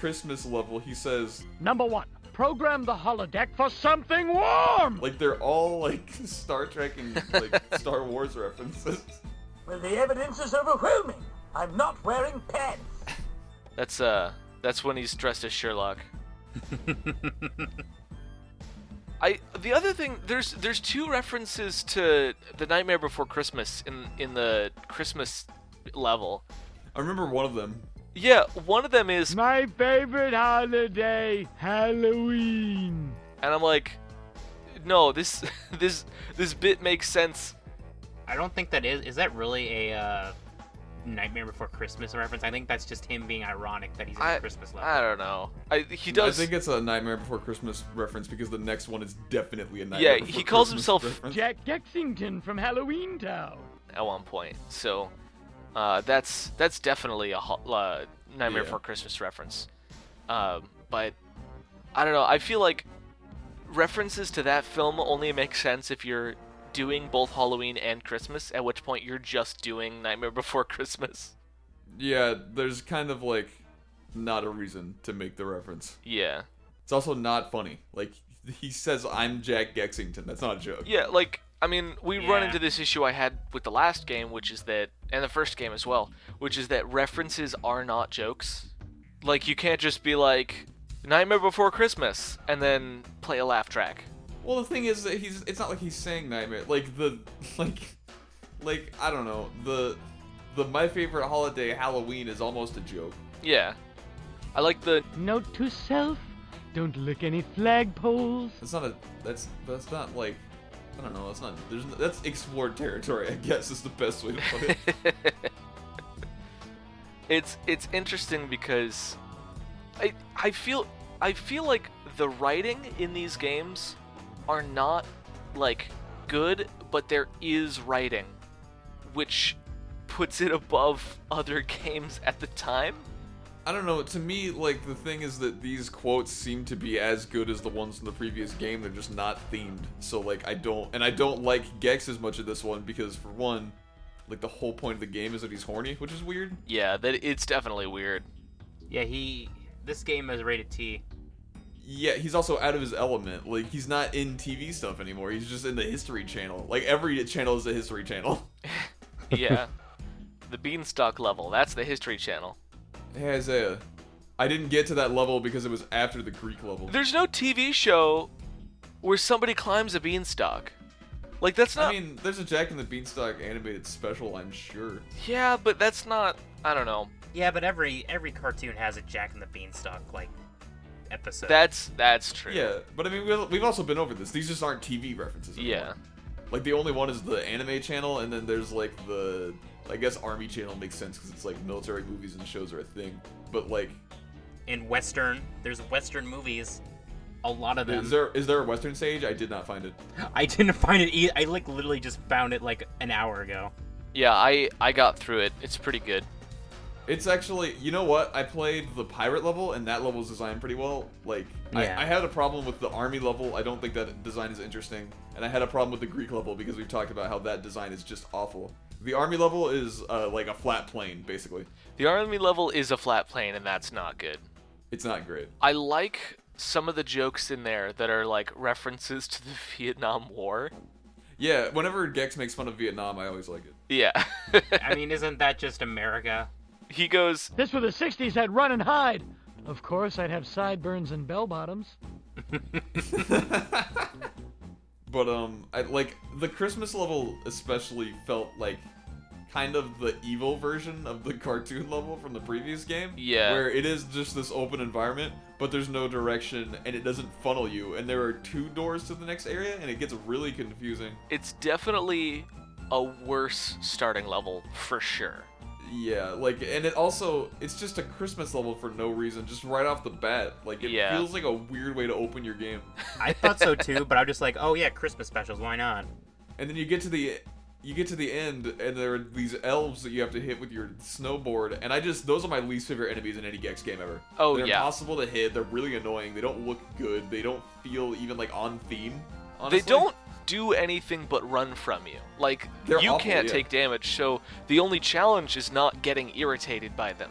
Christmas level, he says
Number one, program the holodeck for something warm.
like they're all like (laughs) Star Trek and like Star Wars references.
Well, the evidence is overwhelming. I'm not wearing pants.
That's uh that's when he's dressed as Sherlock. I the other thing there's there's two references to the Nightmare Before Christmas in in the Christmas level.
I remember one of them.
Yeah, one of them is, and
My favorite holiday, Halloween.
I'm like, no, this (laughs) this this bit makes sense.
I don't think that is. Is that really a uh, Nightmare Before Christmas reference? I think that's just him being ironic that he's in
I uh,
the Christmas level.
I don't know. I he does.
I think it's a Nightmare Before Christmas reference because the next one is definitely a Nightmare.
Yeah,
Before
he calls
Christmas
himself-
reference.
Jack Gexington from Halloween Town.
at one point. So uh, that's that's definitely a ho- uh, Nightmare
Yeah.
Before Christmas reference. Um, but I don't know. I feel like references to that film only make sense if you're doing both Halloween and Christmas. At which point you're just doing Nightmare Before (laughs) Christmas.
Yeah, there's kind of like not a reason to make the reference.
Yeah,
It's also not funny. Like he says, "I'm Jack Gexington." That's not a joke.
yeah. Like I mean, we run
Yeah.
into this issue I had with the last game, which is that, and the first game as well, which is that references are not jokes. Like you can't just be like Nightmare Before Christmas and then play a laugh track.
Well, the thing is that he's. It's not like he's saying nightmare. Like the (laughs) like like I don't know the the my favorite holiday Halloween is almost a joke.
Yeah, I like the
Note to self, don't lick any flagpoles.
That's not a. That's that's not like. I don't know. That's not. There's no- that's explored territory. I guess is the best way to put it.
it's it's interesting because I I feel I feel like the writing in these games are not like good, but there is writing, which puts it above (laughs) other games at the time.
I don't know. To me, like the thing is that these quotes seem to be as good as the ones from the previous game. They're just not themed. So like I don't, and I don't like Gex as much in this one because for one, like the whole point of the game is that he's horny, which is weird.
Yeah, that it's definitely (laughs) weird.
Yeah, he. This game is rated T.
Yeah, he's also out of his element. Like he's not in TV stuff anymore. He's just in the History Channel. Like every channel is a History Channel.
Yeah. the beanstalk level, that's the history channel.
Hey Isaiah, I didn't get to that level because it was after the Greek level.
There's no TV show where somebody climbs a beanstalk. Like that's not
I mean, there's a Jack and the Beanstalk animated special, I'm sure.
Yeah, but that's not I don't know.
Yeah, but every every cartoon has a Jack and the Beanstalk like episode.
That's that's true.
Yeah, but I mean, we'll- we've also been over this. These just aren't TV references. Anymore.
Yeah.
Like the only one is the anime channel, and then there's like the, I guess Army channel makes sense because it's like military movies and shows are a thing. But like,
in Western, there's Western movies. A lot of them.
is there is there a Western stage? I did not find it.
(laughs) I didn't find it. E- I like literally just found it like an hour ago.
Yeah, I I got through it. It's pretty good.
It's actually, you know what? I played the pirate level, and that level's designed pretty well. Like,
Yeah.
I, I had a problem with the army level. I don't think that design is interesting, and I had a problem with the Greek level because we've talked about how that design is just awful. The army level is uh, like a flat plane, basically.
The army level is a flat plane and that's not good.
It's not great.
I like some of the jokes in there that are like references to the (laughs) Vietnam War.
Yeah, whenever Gex makes fun of Vietnam, I always like it.
Yeah. (laughs)
I mean, isn't that just America?
he goes,
This were the 60s, I'd run and hide. Of course, I'd have sideburns and bell bottoms.
But um, I like the Christmas level especially felt like kind of the evil version of the cartoon level from the previous game.
Yeah.
Where it is just this open environment, but there's no direction and it doesn't funnel you, and there are two doors to the next area, and it gets really confusing.
it's definitely a worse starting level for sure.
Yeah, like, and it also it's just a Christmas level for no reason, just right off the bat. Like, it
Yeah.
feels like a weird way to open your game.
I thought so too, but I'm just like, oh yeah, Christmas specials. Why not?
and then you get to the you get to the end and there are these elves that you have to hit with your snowboard and i just those are my least favorite enemies in any gex game ever
Oh,
they're
yeah.
impossible to hit they're really annoying they don't look good they don't feel even like on theme honestly.
They don't do anything but run from you. Like
They're
you
awful,
can't
yeah.
take damage, so the only challenge is not getting irritated by them,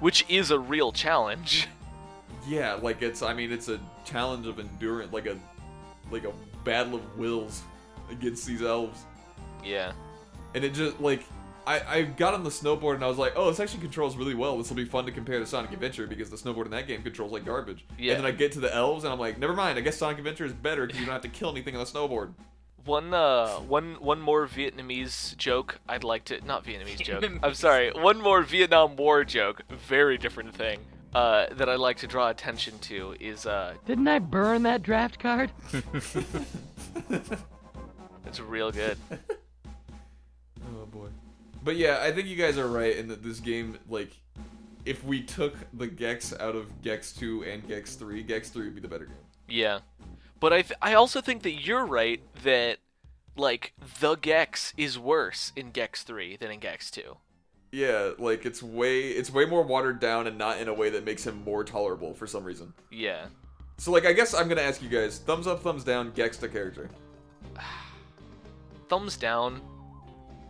which is a real challenge. (laughs)
yeah like it's i mean it's a challenge of endurance like a like a battle of wills against these elves
yeah.
and it just like I, I got on the snowboard and I was like, oh, this actually controls really well. This will be fun to compare to Sonic Adventure because the snowboard in that game controls like garbage.
Yeah.
And then I get to the elves and I'm like, never mind. I guess Sonic Adventure is better because you don't have to kill anything on the snowboard.
One uh one one more Vietnamese joke I'd like to not Vietnamese joke. I'm sorry. One more Vietnam War joke, very different thing. Uh, that I'd like to draw attention to is uh
Didn't I burn that draft card?
(laughs) it's real good.
Oh boy. But yeah, I think you guys are right in that this game, like, if we took the Gex out of Gex 2 and Gex 3, Gex 3 would be the better game.
Yeah. But I th- I also think that you're right that like the Gex is worse in Gex 3 than in Gex 2.
Yeah, like it's way it's way more watered down and not in a way that makes him more tolerable for some reason.
Yeah.
So like I guess I'm gonna ask you guys, thumbs up, thumbs down, Gex the character.
Thumbs down.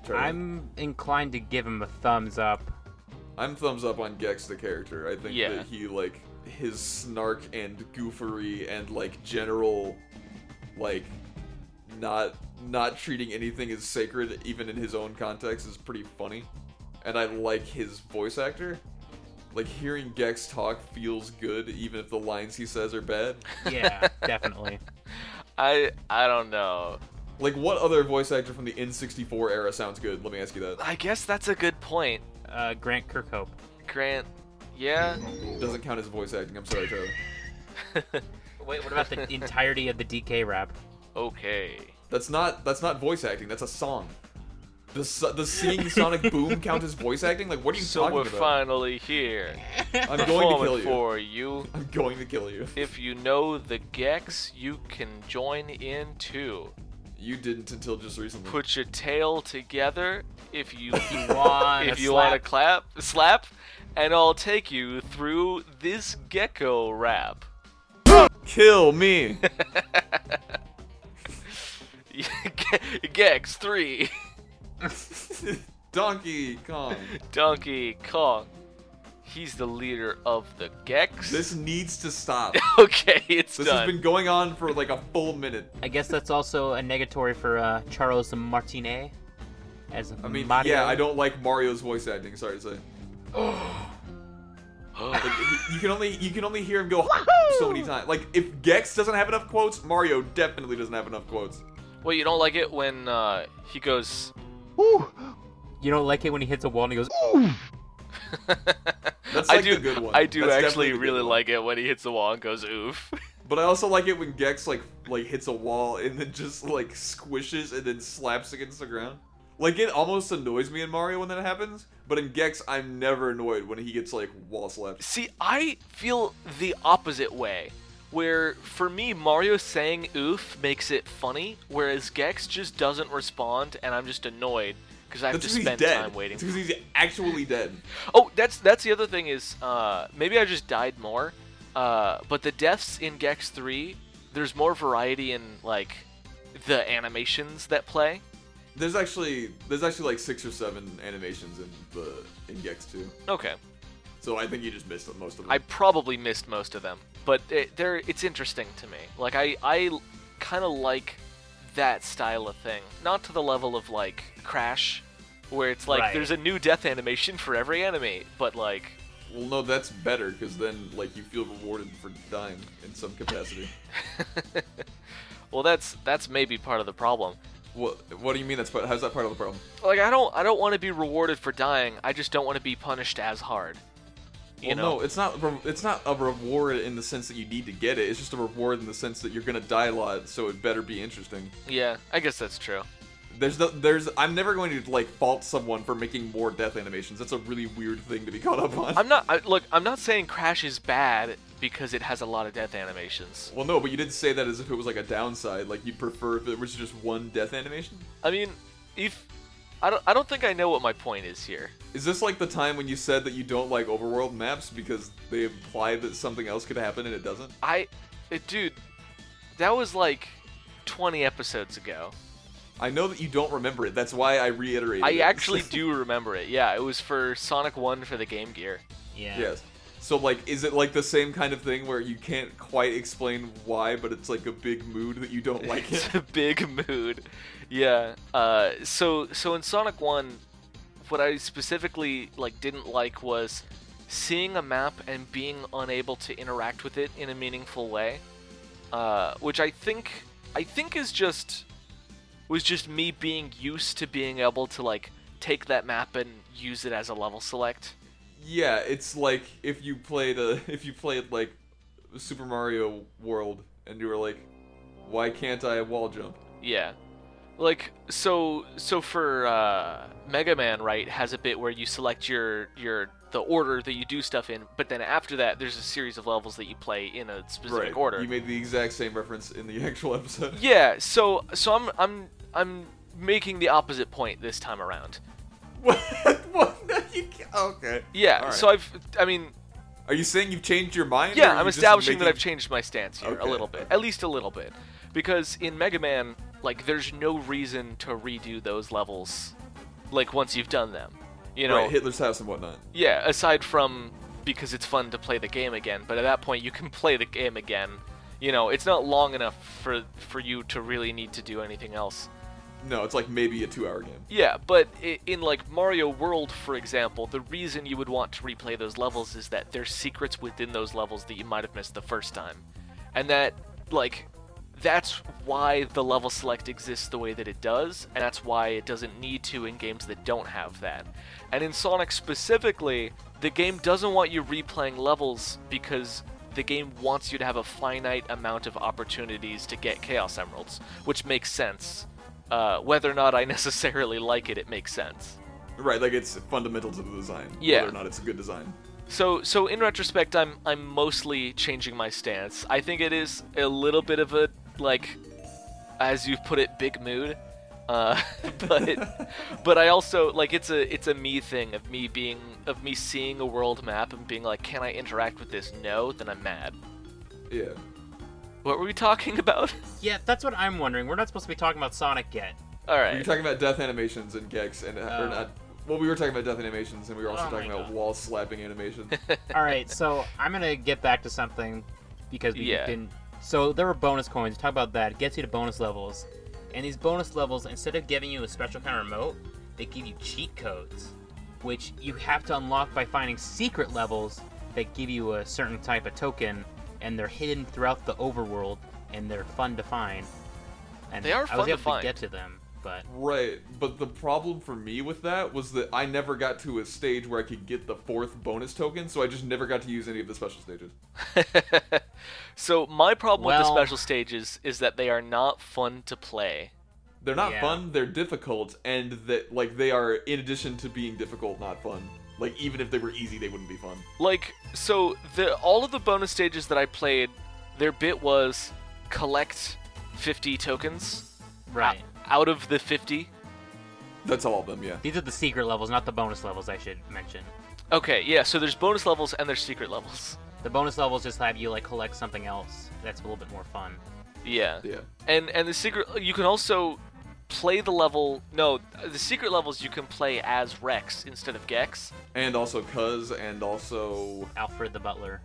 Charlie?
I'm inclined to give him a thumbs up.
I'm thumbs up on Gex the character. I think
Yeah.
that he like his snark and goofery and like general like not not treating anything as sacred even in his own context is pretty funny. And I like his voice actor. Like hearing Gex talk feels good even if the lines he says are bad.
Yeah, definitely.
I I don't know.
Like what other voice actor from the N64 era sounds good? Let me ask you that.
I guess that's a good point.
Uh, Grant Kirkhope.
Grant. Yeah.
Doesn't count as voice acting. I'm sorry, Tyler.
Wait, what about the entirety of the DK rap?
Okay.
That's not that's not voice acting. That's a song. The so- the singing
(laughs)
Sonic Boom count as voice acting? Like what are you
So
talking
we're
about?
finally here.
I'm (laughs) going to
Performing
kill you.
for you.
I'm going to kill you.
If you know the Gex, you can join in too.
You didn't until just recently.
Put your tail together
(laughs)
if you
You want
if
a
you want to
slap?
clap slap, and I'll take you through this gecko rap. (laughs)
Kill me. (laughs)
Gex three, (laughs)
Donkey Kong.
Donkey Kong. He's the leader of the Gex.
This needs to stop.
(laughs) okay, it's
This
done.
has been going on for like a full minute.
I guess that's also a negatory for uh, Charles Martinet as
I mean,
Mario.
yeah, I don't like Mario's voice acting. Sorry to say.
(gasps)
Like, he- you can only you can only hear him go (laughs) so many times. Like if Gex doesn't have enough quotes, Mario definitely doesn't have enough quotes.
well, you don't like it when uh, he goes.
Ooh,
You don't like it when he hits a wall and he goes. "Oh."
That's
I
like
do.
the good one.
I do
That's definitely
actually
the good
really
one.
like it when he hits the wall and
(laughs)
goes oof.
But I also like it when Gex like like hits a wall and then just like squishes and then slaps against the ground. Like it almost annoys me in Mario when that happens, but in Gex I'm never annoyed when he gets like wall slapped.
See, I feel the opposite way. Where for me, Mario saying oof makes it funny, whereas Gex just doesn't respond, and I'm just annoyed because I have
That's
to
because he's
spend
dead.
time waiting.
It's because he's actually dead.
Oh, that's that's the other thing is uh, maybe I just died more, uh, but the deaths in Gex Three, there's more variety in like the animations that play.
There's actually there's actually like six or seven animations in the in Gex too.
Okay,
So I think you just missed most of them.
I probably missed most of them, but it, they're it's interesting to me. Like I I kind of like that style of thing, not to the level of like Crash, where it's like
Right.
there's a new death animation for every enemy, but like
Well, no, that's better because then like you feel rewarded for dying in some
(laughs)
capacity.
well that's that's maybe part of the problem.
what What do you mean? That's part, how's that part of the problem?
like I don't I don't want to be rewarded for dying. I just don't want to be punished as hard. You
well,
know.
no, it's not. re- It's not a reward in the sense that you need to get it. It's just a reward in the sense that you're gonna die a lot, so it better be interesting.
Yeah, I guess that's true.
There's no, there's. I'm never going to like fault someone for making more death animations. That's a really weird thing to be caught up on.
I'm not I, look, I'm not saying Crash is bad because it has a lot of death animations.
well, no, but you did say that as if it was like a downside. Like you'd prefer if it was just one death animation.
I mean, if I don't I don't think I know what my point is here.
Is this like the time when you said that you don't like overworld maps because they imply that something else could happen and it doesn't?
I eh, dude, that was like 20 episodes ago.
I know that you don't remember it. That's why I reiterated.
I
it. (laughs)
actually do remember it. Yeah, it was for Sonic 1 for the Game Gear.
Yeah.
yes. So like, is it like the same kind of thing where you can't quite explain why, but it's like a big mood that you don't (laughs) like it?
(laughs) it's a big mood. Yeah. Uh, so so in Sonic One, what I specifically like didn't like was seeing a map and being unable to interact with it in a meaningful way, uh, which I think I think is just was just me being used to being able to like take that map and use it as a level select.
yeah, it's like if you played a if you played like Super Mario World and you were like, why can't I wall jump?
Yeah. Like so so for uh Mega Man, right, has a bit where you select your your the order that you do stuff in, but then after that there's a series of levels that you play in a specific order.
You made the exact same reference in the (laughs) actual episode.
yeah, so so I'm I'm I'm making the opposite point this time around.
what? what? No, you can't. Okay.
Yeah,
All right.
so I've I mean,
Are you saying you've changed your mind? or are
yeah,
you
I'm
just
establishing that
making-
I've changed my stance here
Okay,
a little bit,
okay.
at least a little bit, because in Mega Man, like, there's no reason to redo those levels, like once you've done them, you know.
right, Hitler's house and whatnot.
Yeah, aside from because it's fun to play the game again, but at that point you can (laughs) play the game again. You know, it's not long enough for for you to really need to do anything else.
No, it's like maybe a two-hour game.
Yeah, but i- in like Mario World, for example, the reason you would want to replay those levels is that there's secrets within those levels that you might have missed the first time, and that like that's why the level select exists the way that it does, and that's why it doesn't need to in games that don't have that. And in Sonic specifically, the game doesn't want you replaying levels because the game wants you to have a finite amount of opportunities to get Chaos Emeralds, which makes sense uh, whether or not I (laughs) necessarily like it, it makes sense.
Right, like it's fundamental to the design.
Yeah.
Whether or not it's a good design.
So, so in retrospect, I'm I'm mostly changing my stance. I think it is a little bit of a like as you've put it, big mood. Uh, (laughs) but but I also like it's a it's a me thing of me being of me seeing a world map and being like, can I interact with this? No, then I'm mad.
Yeah.
What were we talking (laughs) about?
Yeah, that's what I'm wondering. We're not supposed to be talking about Sonic yet.
All
We were (laughs)
right. (laughs)
talking about death animations and Gex, and
Oh.
or not. Well, we were talking about death animations, and we were also
Oh
talking
my
about
God.
wall slapping
(laughs)
animations.
All right, so I'm gonna get back to something because we
Yeah.
didn't. So there were bonus coins. Talk about that. It gets you to bonus levels, and these bonus levels, instead of giving you a special kind of remote, they give you cheat codes, which you have to unlock by finding secret levels that give you a certain type of token, and they're hidden throughout the overworld, and they're fun to find. And
They are
I
fun
was
to
able to,
find.
get to them, but
right, but the problem for me with that was that I never got to a stage where I could get the fourth bonus token, so I just never got to use any of the special stages.
so my problem with the
Well-
special stages is that they are not fun to play.
They're not
Yeah.
fun. They're difficult, and that like they are in addition to being difficult, not fun. Like even if they were easy, they wouldn't be fun.
Like so the all of the bonus stages that I played, their bit was collect 50 tokens
right.
out of the 50.
That's all of them, yeah.
These are the secret levels, not the bonus levels. I should mention.
Okay, yeah, so there's bonus levels and there's secret levels.
The bonus levels just have you like collect something else. That's a little bit more fun.
Yeah.
Yeah.
And and the secret you can also play the level no, the secret levels you can play as Rex instead of Gex,
And also Cuz, and also
Alfred the Butler.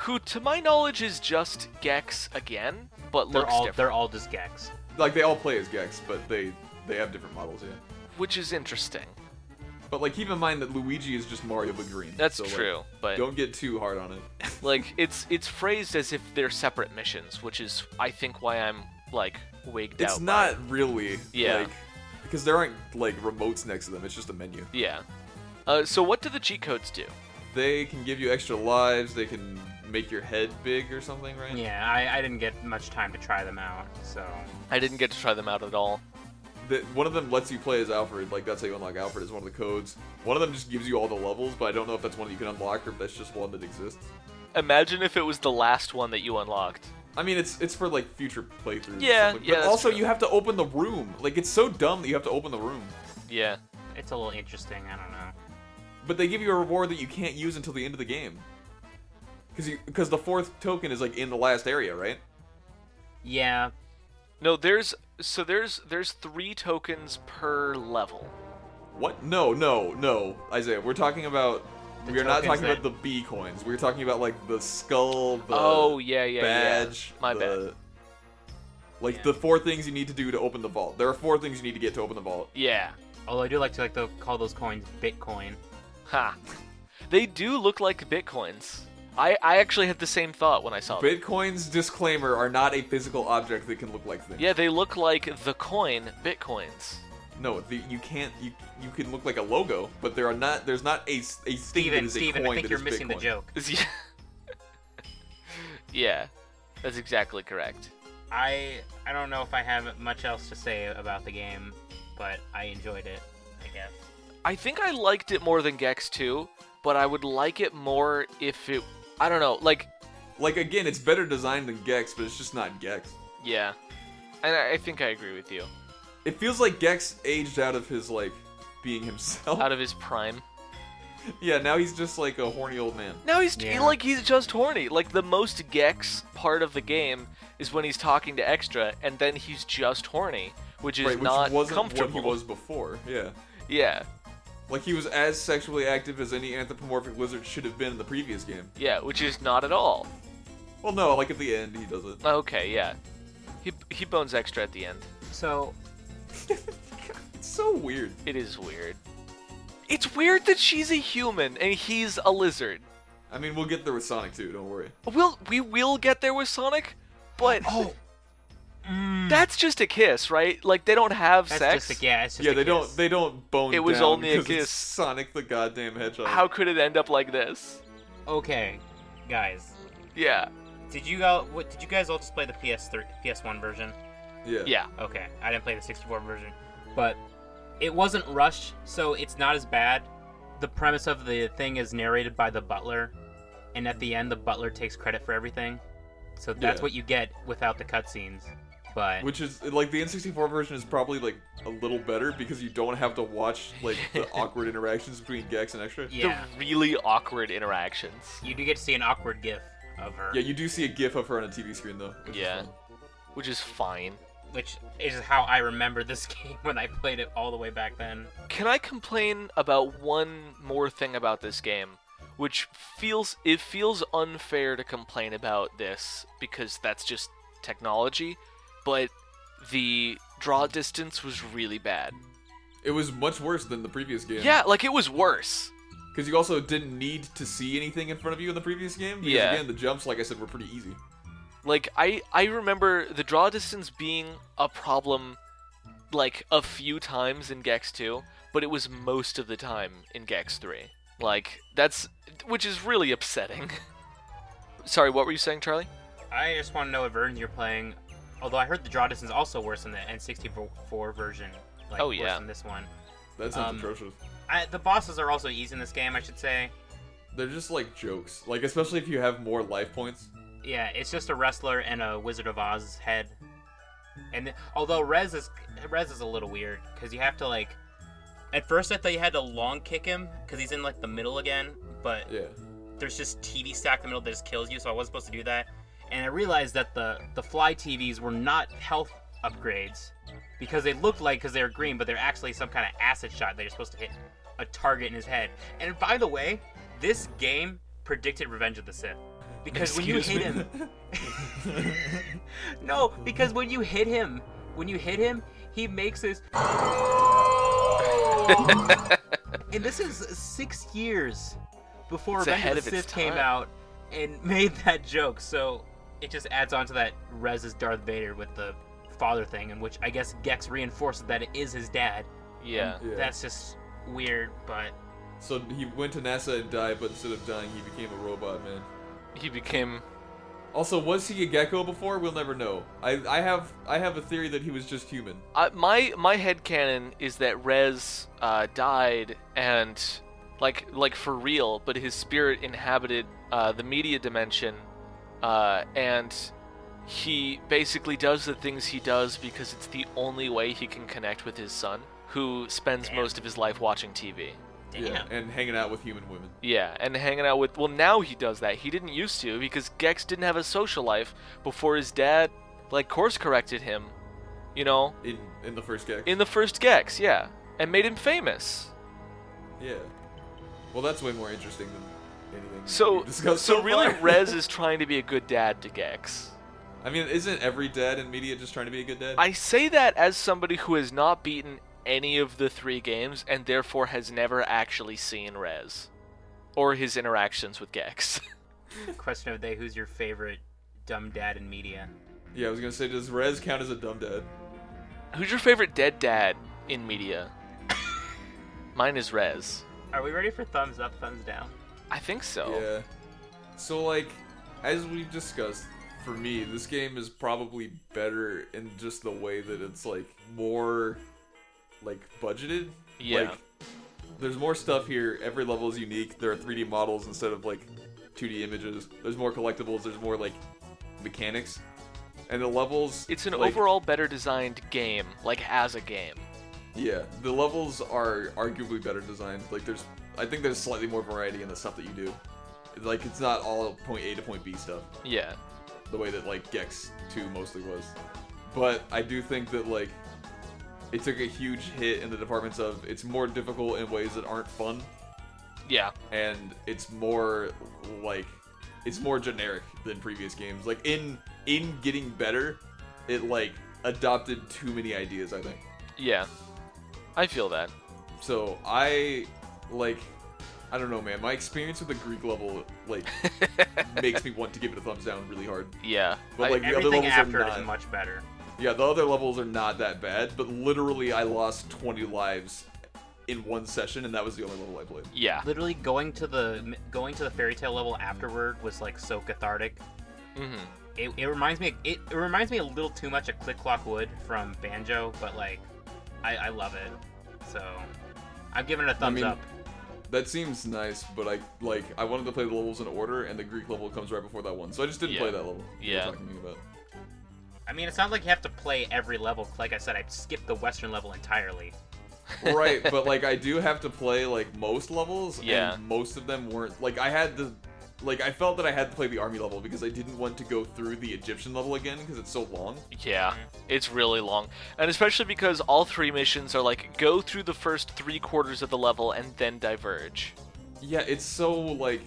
who to my knowledge is just Gex again, but
They're
looks
all
different,
they're all just Gex.
like they all play as Gex, but they they have different models, yeah.
which is interesting.
But like keep in mind that Luigi is just Mario but green.
That's
so, like,
true, but
Don't get too hard on it.
like it's it's phrased as if they're separate missions, which is I think why I'm like wigged
it's
out. by
not
it.
really.
Yeah.
Like, because there aren't like remotes next to them. It's just a menu.
Yeah. Uh, so what do the cheat codes do?
They can give you extra lives. They can make your head big or something, right?
Yeah, I, I didn't get much time to try them out, so
I didn't get to try them out at all.
The, one of them lets you play as Alfred. Like that's how you unlock Alfred. Is one of the codes. One of them just gives you all the levels, but I don't know if that's one that you can unlock or if that's just one that exists.
Imagine if it was the last one that you unlocked.
I mean, it's it's for like future playthroughs. and
Yeah,
stuff like-
yeah,
But
that's
also,
true.
you have to open the room. Like it's so dumb that you have to open the room.
Yeah.
it's a little interesting. I don't know.
But they give you a reward that you can't use until the end of the game. Because you because the fourth token is like in the last area, right?
Yeah,
No, there's so there's there's three tokens per level.
What? No, no, no, Isaiah. We're talking about.
The
we are not
tokens
talking about
that-
the B coins. We're talking about like the skull, the
oh yeah, yeah,
badge,
yeah. My
the,
bad.
Like
Yeah.
the four things you need to do to open the vault. There are four things you need to get to open the vault.
Yeah.
although I do like to like to call those coins Bitcoin.
Ha. They do look like bitcoins. I I actually had the same thought when I saw them.
Bitcoins disclaimer are not a physical object that can look like things.
Yeah, they look like the coin bitcoins.
No, the, you can't. You you can look like a logo, but there are not. There's not a s- a thing that
Steven,
is a
Steven,
coin
I think
that
you're
is
missing
Bitcoin.
the joke.
Yeah. (laughs) yeah, that's exactly correct.
I I don't know if I have much else to say about the game, but I enjoyed it, I guess.
I think I liked it more than Gex 2, but I would like it more if it. I don't know, like,
Like again, it's better designed than Gex, but it's just not Gex.
yeah. And I, I think I agree with you.
It feels like Gex aged out of his like being himself.
Out of his prime.
(laughs) yeah, now he's just like a horny old man.
No, he's
Yeah.
like he's just horny. Like the most Gex part of the game is when he's talking to Extra, and then he's just horny, which is
right, which
not
wasn't
comfortable.
what he was before. Yeah.
Yeah,
Like he was as sexually active as any anthropomorphic lizard should have been in the previous game.
yeah, which is not at all.
Well, no, like at the end he does it.
Okay, yeah, he he bones Extra at the end.
So
It's so weird.
It is weird. It's weird that she's a human and he's a lizard.
I mean, we'll get there with Sonic too. Don't worry.
We'll we will get there with Sonic, but
Oh,
that's just a kiss, right? Like they don't have
mm, that's
sex.
just a, yeah, it's just
yeah,
a
they
kiss.
don't they don't bone.
It was
down
only a
because it's
kiss.
Sonic the goddamn hedgehog.
How could it end up like this?
Okay, guys,
Yeah,
did you all what, did you guys all just play the PS3 PS1 version?
Yeah.
yeah.
Okay, I didn't play the 64 version, but it wasn't rushed, so it's not as bad. The premise of the thing is narrated by the butler, and at the end, the butler takes credit for everything. So that's
Yeah.
what you get without the cutscenes. but
Which is like the N64 version is probably like a little better because you don't have to watch like
(laughs)
the awkward interactions between Gex and Extra.
yeah,
The really awkward interactions.
you do get to see an awkward gif of her,
Yeah, you do see a GIF of her on a TV screen though. which is
Yeah.
fun.
Which is fine.
which is how I remember this (laughs) game when I played it all the way back then.
Can I complain about one more thing about this game? Which feels it feels unfair to complain about this because that's just technology, but the draw distance was really bad.
It was much worse than the previous game.
Yeah, like it was worse.
Because you also didn't need to see anything in front of you in the previous game. Because
Yeah.
Again, the jumps, like I said, were pretty easy.
Like I I remember the draw distance being a problem like a few times in Gex 2, but it was most of the time in Gex 3. Like that's which is really upsetting. (laughs) Sorry, what were you saying, Charlie?
I just want to know what version you're playing. Although I heard the draw distance also worse than the N64 version, like
Oh,
worse
yeah.
than this one.
That sounds
Um,
atrocious.
I, the bosses are also easy in this game, I should say.
They're just like jokes. Like especially if you have more life points.
Yeah, it's just a wrestler and a Wizard of Oz head. And th- although Rez is Rez is a little weird because you have to like. At first, I thought you had to long kick him because he's in like the middle again, but
Yeah.
there's just TV stacked in the middle that just kills you, so I wasn't supposed to do that. And I realized that the the fly TVs were not health upgrades because they looked like because they were green, but they're actually some kind of acid shot that you're supposed to hit a target in his head. And by the way, this game predicted Revenge of the Sith because when you hit
Excuse me.
him,
(laughs)
no, because when you hit him, when you hit him, he makes
(laughs)
this. and this is six years before
It's ahead
Revenge of
of
the
its
Sith came
time.
out and (laughs) made that joke. So it just adds on to that Rez's Darth Vader with the father thing, in which I guess Gex reinforces that it is his dad.
Yeah.
Yeah.
That's just weird, but
So he went to NASA and died, but instead of dying, he became a robot man.
He became
Also, was he a gecko before? We'll never know. I, I have I have a theory that he was just human.
I, my my headcanon is that Rez uh, died and like like for real, but his spirit inhabited uh, the media dimension, uh, and he basically does the things he does because it's the only way he can connect with his son, who spends
Damn.
most of his life watching TV.
damn.
Yeah. And hanging out with human women.
Yeah, and hanging out with. Well, now he does that. He didn't used to because Gex didn't have a social life before his dad, like, course corrected him, you know,
In in the first Gex.
in the first Gex, yeah, and made him famous.
yeah. Well, that's way more interesting than anything.
So,
we've
so,
discussed
really,
far.
Rez is trying to be a good dad to Gex.
(laughs) I mean, isn't every dad in media just trying to be a good dad?
I say that as somebody who has not beaten any of the three games and therefore has never actually seen Rez or his interactions with Gex. (laughs)
Question of the day: Who's your favorite dumb dad in media?
yeah, I was gonna say, does Rez count as a dumb dad?
Who's your favorite dead dad
(coughs)
in media? Mine is Rez.
Are we ready for thumbs up, thumbs down?
I think so.
Yeah. So like, as we've discussed, for me, this game is probably better in just the way that it's like more like budgeted.
Yeah.
Like there's more stuff here. Every level is unique. There are 3D models instead of like 2D images. There's more collectibles. There's more like mechanics. And the levels
It's an
like,
overall better designed game, like as a game.
Yeah, the levels are arguably better designed. Like there's I think there's slightly more variety in the stuff that you do. Like it's not all point A to point B stuff.
Yeah.
the way that like Gex 2 mostly was. But I do think that like it took a huge hit in the departments of it's more difficult in ways that aren't fun
Yeah.
and it's more like it's more generic than previous games. Like in in getting better, it like adopted too many ideas, I think.
Yeah. I feel that.
So I like I don't know, man. My experience with the Greek level like makes me want to give it a thumbs down really hard.
Yeah.
But
I-
like the other
Everything
levels
after
are
it
not.
is much better.
Yeah, the other levels are not that bad, but literally I lost 20 lives in one session, and that was the only level I played.
yeah.
Literally going to the going to the fairy tale level afterward was like so cathartic.
Mm-hmm.
It, it reminds me it, it reminds me a little too much of Click Clock Wood from Banjo, but like I, I love it. So I'm giving it a thumbs
mean-
up.
That seems nice, but I like I wanted to play the levels in order, and the Greek level comes right before that one, so I just didn't
Yeah.
play that level. you were
Yeah.
talking about.
I mean, it's not like you have to play every level. Like I said, I skipped the Western level entirely.
right, but like I do have to play like most levels,
Yeah.
and most of them weren't. Like I had to, like I felt that I had to play the army level because I didn't want to go through the Egyptian level again because it's so long.
Yeah, it's really long. And especially because all three missions are like go through the first three quarters of the level and then diverge.
Yeah, it's so like,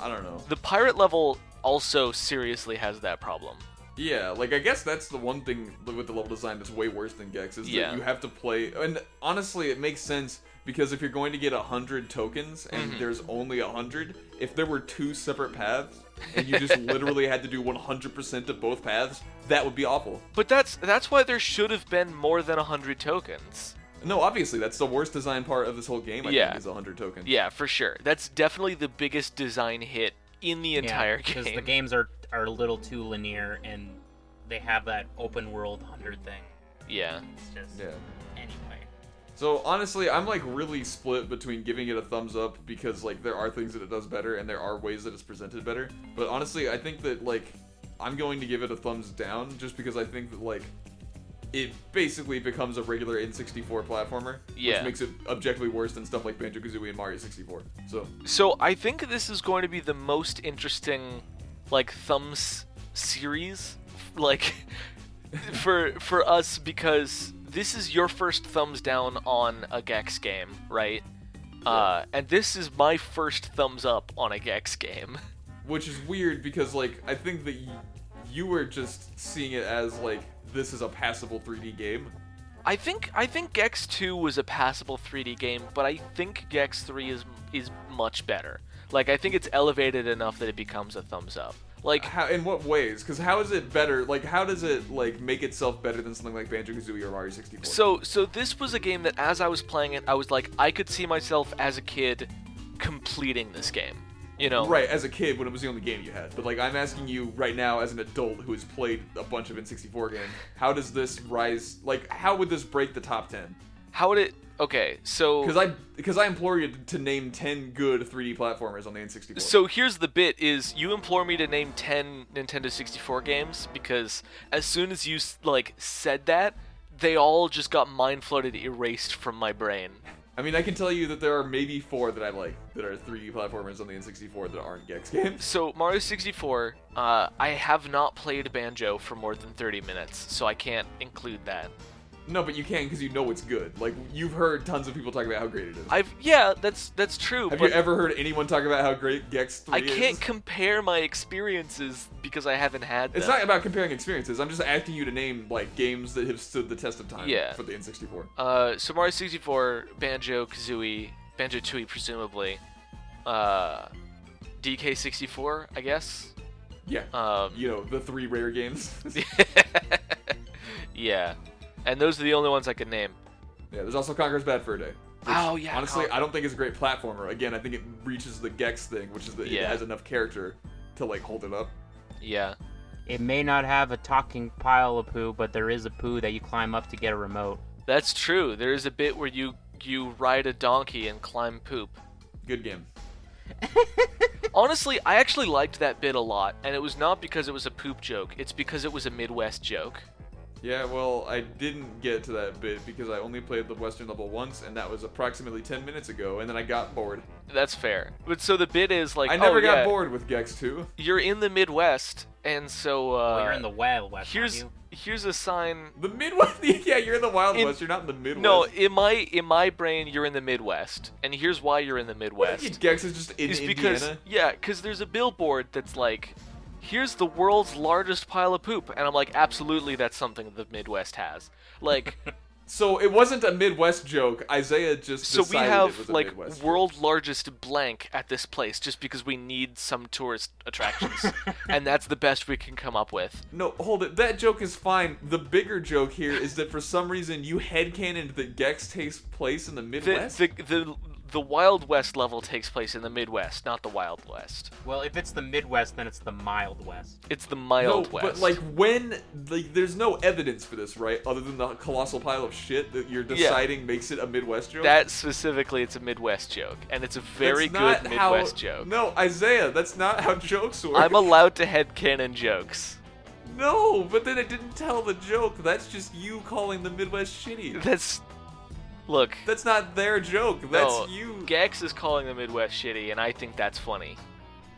I don't know.
The pirate level also seriously has that problem.
Yeah, like I guess that's the one thing with the level design that's way worse than Gex is
Yeah.
that you have to play. And honestly, it makes sense because if you're going to get a hundred tokens and
Mm-hmm.
there's only a hundred, if there were two separate paths and you
(laughs)
just literally had to do 100% of both paths, that would be awful.
But that's that's why there should have been more than 100 tokens.
No, obviously that's the worst design part of this whole game. I
Yeah.
think is a hundred tokens.
Yeah, for sure. That's definitely the biggest design hit in
(laughs)
the entire (laughs)
because
game.
the games are are a little too linear and they have that open world hunter thing.
Yeah.
It's just
Yeah.
anyway.
So honestly, I'm like really split between giving it a thumbs up because like there are things that it does better and there are ways that it's presented better. But honestly, I think that like I'm going to give it a thumbs down just because I think that like it basically becomes a regular N64 platformer,
Yeah.
which makes it objectively worse than stuff like Banjo Kazooie and Mario 64. So
So I think this is going to be the most interesting, like thumbs series, (laughs) like for for us because this is your first thumbs down on a Gex game, right? Uh, and this is my first thumbs up on a Gex game. (laughs)
which is weird because like I think that y- you were just seeing it as like this is a passable 3D game.
I think I think Gex 2 was a passable 3D game, but I think Gex 3 is is much better. Like I think it's elevated enough that it becomes a thumbs up. Like
How in what ways? Because how is it better? Like how does it like make itself better than something like Banjo Kazooie or Mario 64?
So so this was a game that as I was playing it, I was like, I could see myself as a kid completing this game. You know?
right as a kid when it was the only game you had, but like I'm asking you right now as an adult who has played a bunch of N64 games, how does this rise? Like how would this break the top ten?
How would it okay, so
Because I because I implore you to name ten good 3D platformers on the N64.
so here's the bit is you implore me to name 10 Nintendo 64 games because as soon as you s- like said that, they all just got mind flooded erased from my brain.
I mean I can tell you that there are maybe four that I like that are 3D platformers on the N64 that aren't Gex (laughs) games.
So Mario 64, uh, I have not played Banjo for more than 30 minutes, so I can't include that.
No, but you can because you know it's good. Like you've heard tons of people talk about how great it is.
I've yeah, that's that's true.
Have
but
you ever heard anyone talk about how great Gex 3
I
is?
can't compare my experiences because I haven't had them.
It's not about comparing experiences. I'm just asking you to name like games that have stood the test of time
Yeah.
for the N64.
Uh, so Mario 64, Banjo Kazooie, Banjo Tooie, presumably, uh, DK 64, I guess.
Yeah.
Um,
you know, the three rare games. (laughs) yeah,
(laughs) yeah, and those are the only ones I could name.
there's also Conker's Bad Fur Day. which,
Oh, yeah,
Honestly,
Con-
I don't think it's a great platformer. Again, I think it reaches the Gex thing, which is that
Yeah.
it has enough character to like hold it up.
Yeah,
It may not have a talking pile of poo, but there is a poo that you climb up to get a remote.
that's true. There is a bit where you you ride a donkey and climb poop.
Good game.
Honestly, I actually liked that bit a lot, and it was not because it was a poop joke. It's because it was a Midwest joke.
Yeah, well, I didn't get to that bit because I only played the Western level once, and that was approximately 10 minutes ago, and then I got bored.
That's fair. But so the bit is like
I never
oh,
got
yeah,
bored with Gex 2.
You're in the Midwest, and so uh,
Well, Oh, you're in the (laughs) Wild West. aren't
here's
you?
here's a sign.
The Midwest? (laughs) yeah, you're in the Wild
In-
West. You're not in the Midwest.
No, in my in my brain, you're in the Midwest, and here's why you're in the
Yeah,
Midwest.
Gex is just in
Is
Indiana.
because yeah, because there's a billboard that's like, here's the world's largest pile of poop, and I'm like, absolutely, that's something the Midwest has.
(laughs)
Like,
So it wasn't a Midwest joke. Isaiah just
so we
decided it
have
was a
like
Midwest joke.
world largest blank at this place just because we need some tourist
(laughs)
attractions, and that's the best we can come up with.
No, hold it. That joke is fine. The bigger joke here is that for some reason you headcanoned that Gex takes place in the Midwest.
The, the the the Wild West level takes place in the Midwest, not the Wild West.
Well, if it's the Midwest, then it's the Mild West.
It's the
no,
Mild West.
but like when like there's no evidence for this, right? Other than the colossal pile of shit that you're deciding makes it a Midwest joke.
that specifically, it's a Midwest joke, and it's a
That's
very
not
good
how-
Midwest joke.
No, Isaiah, that's not how (laughs) jokes work.
I'm allowed to headcanon jokes.
No, but then it didn't tell the joke. That's just you calling the Midwest
(laughs)
shitty.
That's look.
That's not their joke. That's
no,
you.
Gex is calling the Midwest shitty, and I think that's funny.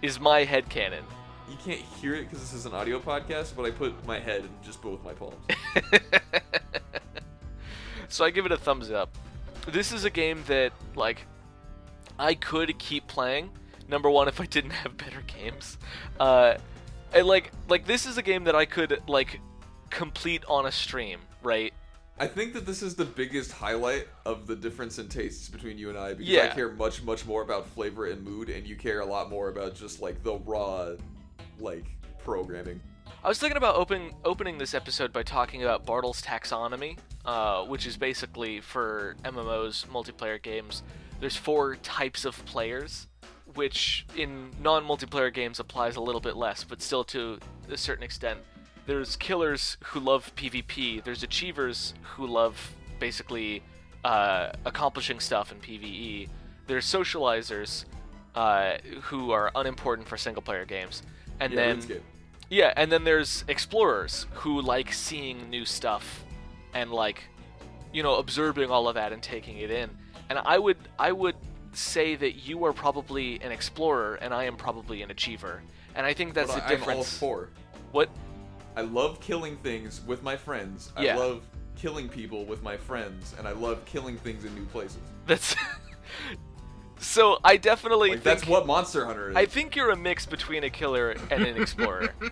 Is my head canon?
You can't hear it because this is an audio podcast, but I put my head in just both my palms.
(laughs) so I give it a thumbs up. This is a game that like I could keep playing. Number one, if I didn't (laughs) have better games, uh, I like like this is a game that I could like complete on a stream, right?
I think that this is the biggest highlight of the difference in tastes between you and I because I
Yeah.
care much, much more about flavor and mood, and you care a lot more about just like the raw, like programming.
I was thinking about open, opening this episode by talking about Bartle's taxonomy, uh, which is basically for MMOs, multiplayer games. There's four types of players, which in non-multiplayer games applies a little bit less, but still to a certain extent. There's killers who love PvP. There's achievers who love basically uh, accomplishing stuff in PvE. There's socializers uh, who are unimportant for single-player games, and
Yeah,
then.
RuneScape.
Yeah, and then there's explorers who like seeing new stuff and like you know observing all of that and taking it in. And I would I would say that you are probably an explorer and I am probably an achiever. And I think that's
But
the
I- I'm all
difference.
for.
What
I love killing things with my friends. I
Yeah.
love killing people with my friends, and I love killing things in new places.
that's (laughs) So I definitely
Like
think
that's what Monster Hunter is.
I think you're a mix between a killer and
(laughs)
an explorer. I-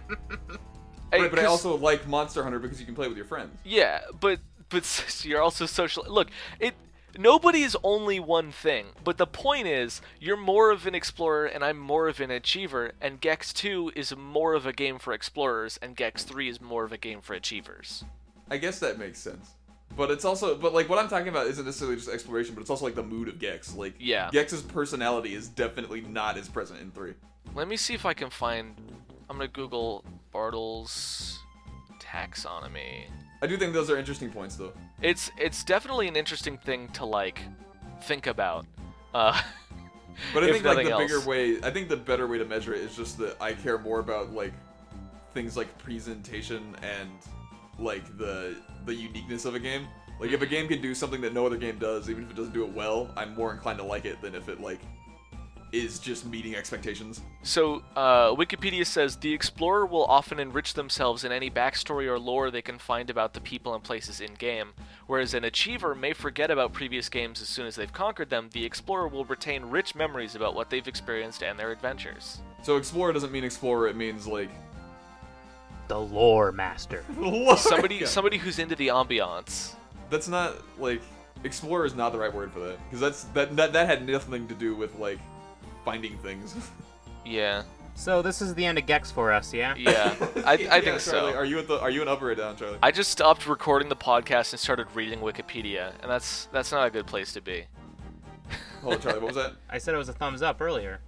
Right, but I
'cause-
also like Monster Hunter because you can play with your friends.
Yeah, but but (laughs) s- you're also social. Look, it nobody is only one thing. But the point is, you're more of an explorer, and I'm more of an achiever. And Gex Two is more of a game for explorers, and Gex Three is more of a game for achievers.
I guess that makes sense. But it's also, but like what I'm talking about isn't necessarily just exploration, but it's also like the mood of Gex. Like,
Yeah.
Gex's personality is definitely not as present in three.
Let me see if I can find. I'm gonna Google Bartle's taxonomy.
I do think those are interesting points, though.
it's it's definitely an interesting thing to like think about. Uh, (laughs)
But I
if
think like
nothing
the bigger
else.
way, I think the better way to measure it is just that I care more about like things like presentation and like the the uniqueness of a game. Like if a
Mm-hmm.
game can do something that no other game does, even if it doesn't do it well, I'm more inclined to like it than if it like is just meeting expectations.
So, uh, Wikipedia says the explorer will often enrich themselves in any backstory or lore they can find about the people and places in game. Whereas an achiever may forget about previous games as soon as they've conquered them, the explorer will retain rich memories about what they've experienced and their
(laughs)
adventures.
So explorer doesn't mean explorer; it means like (laughs)
The lore master.
Somebody,
Yeah.
somebody who's into the ambiance.
that's not like explorer is not the right word for that because that's that, that that had nothing to do with like finding things. (laughs)
Yeah,
So this is the end of Gex for us, yeah?
yeah,
(laughs)
I, I
Yeah,
think
Charlie,
so.
Are you at the are you an up or a down, Charlie?
I just stopped recording the podcast and started reading Wikipedia, and that's that's not a good place to be.
Hold on, Oh, Charlie. What was
(laughs)
that?
I said it was a thumbs up earlier.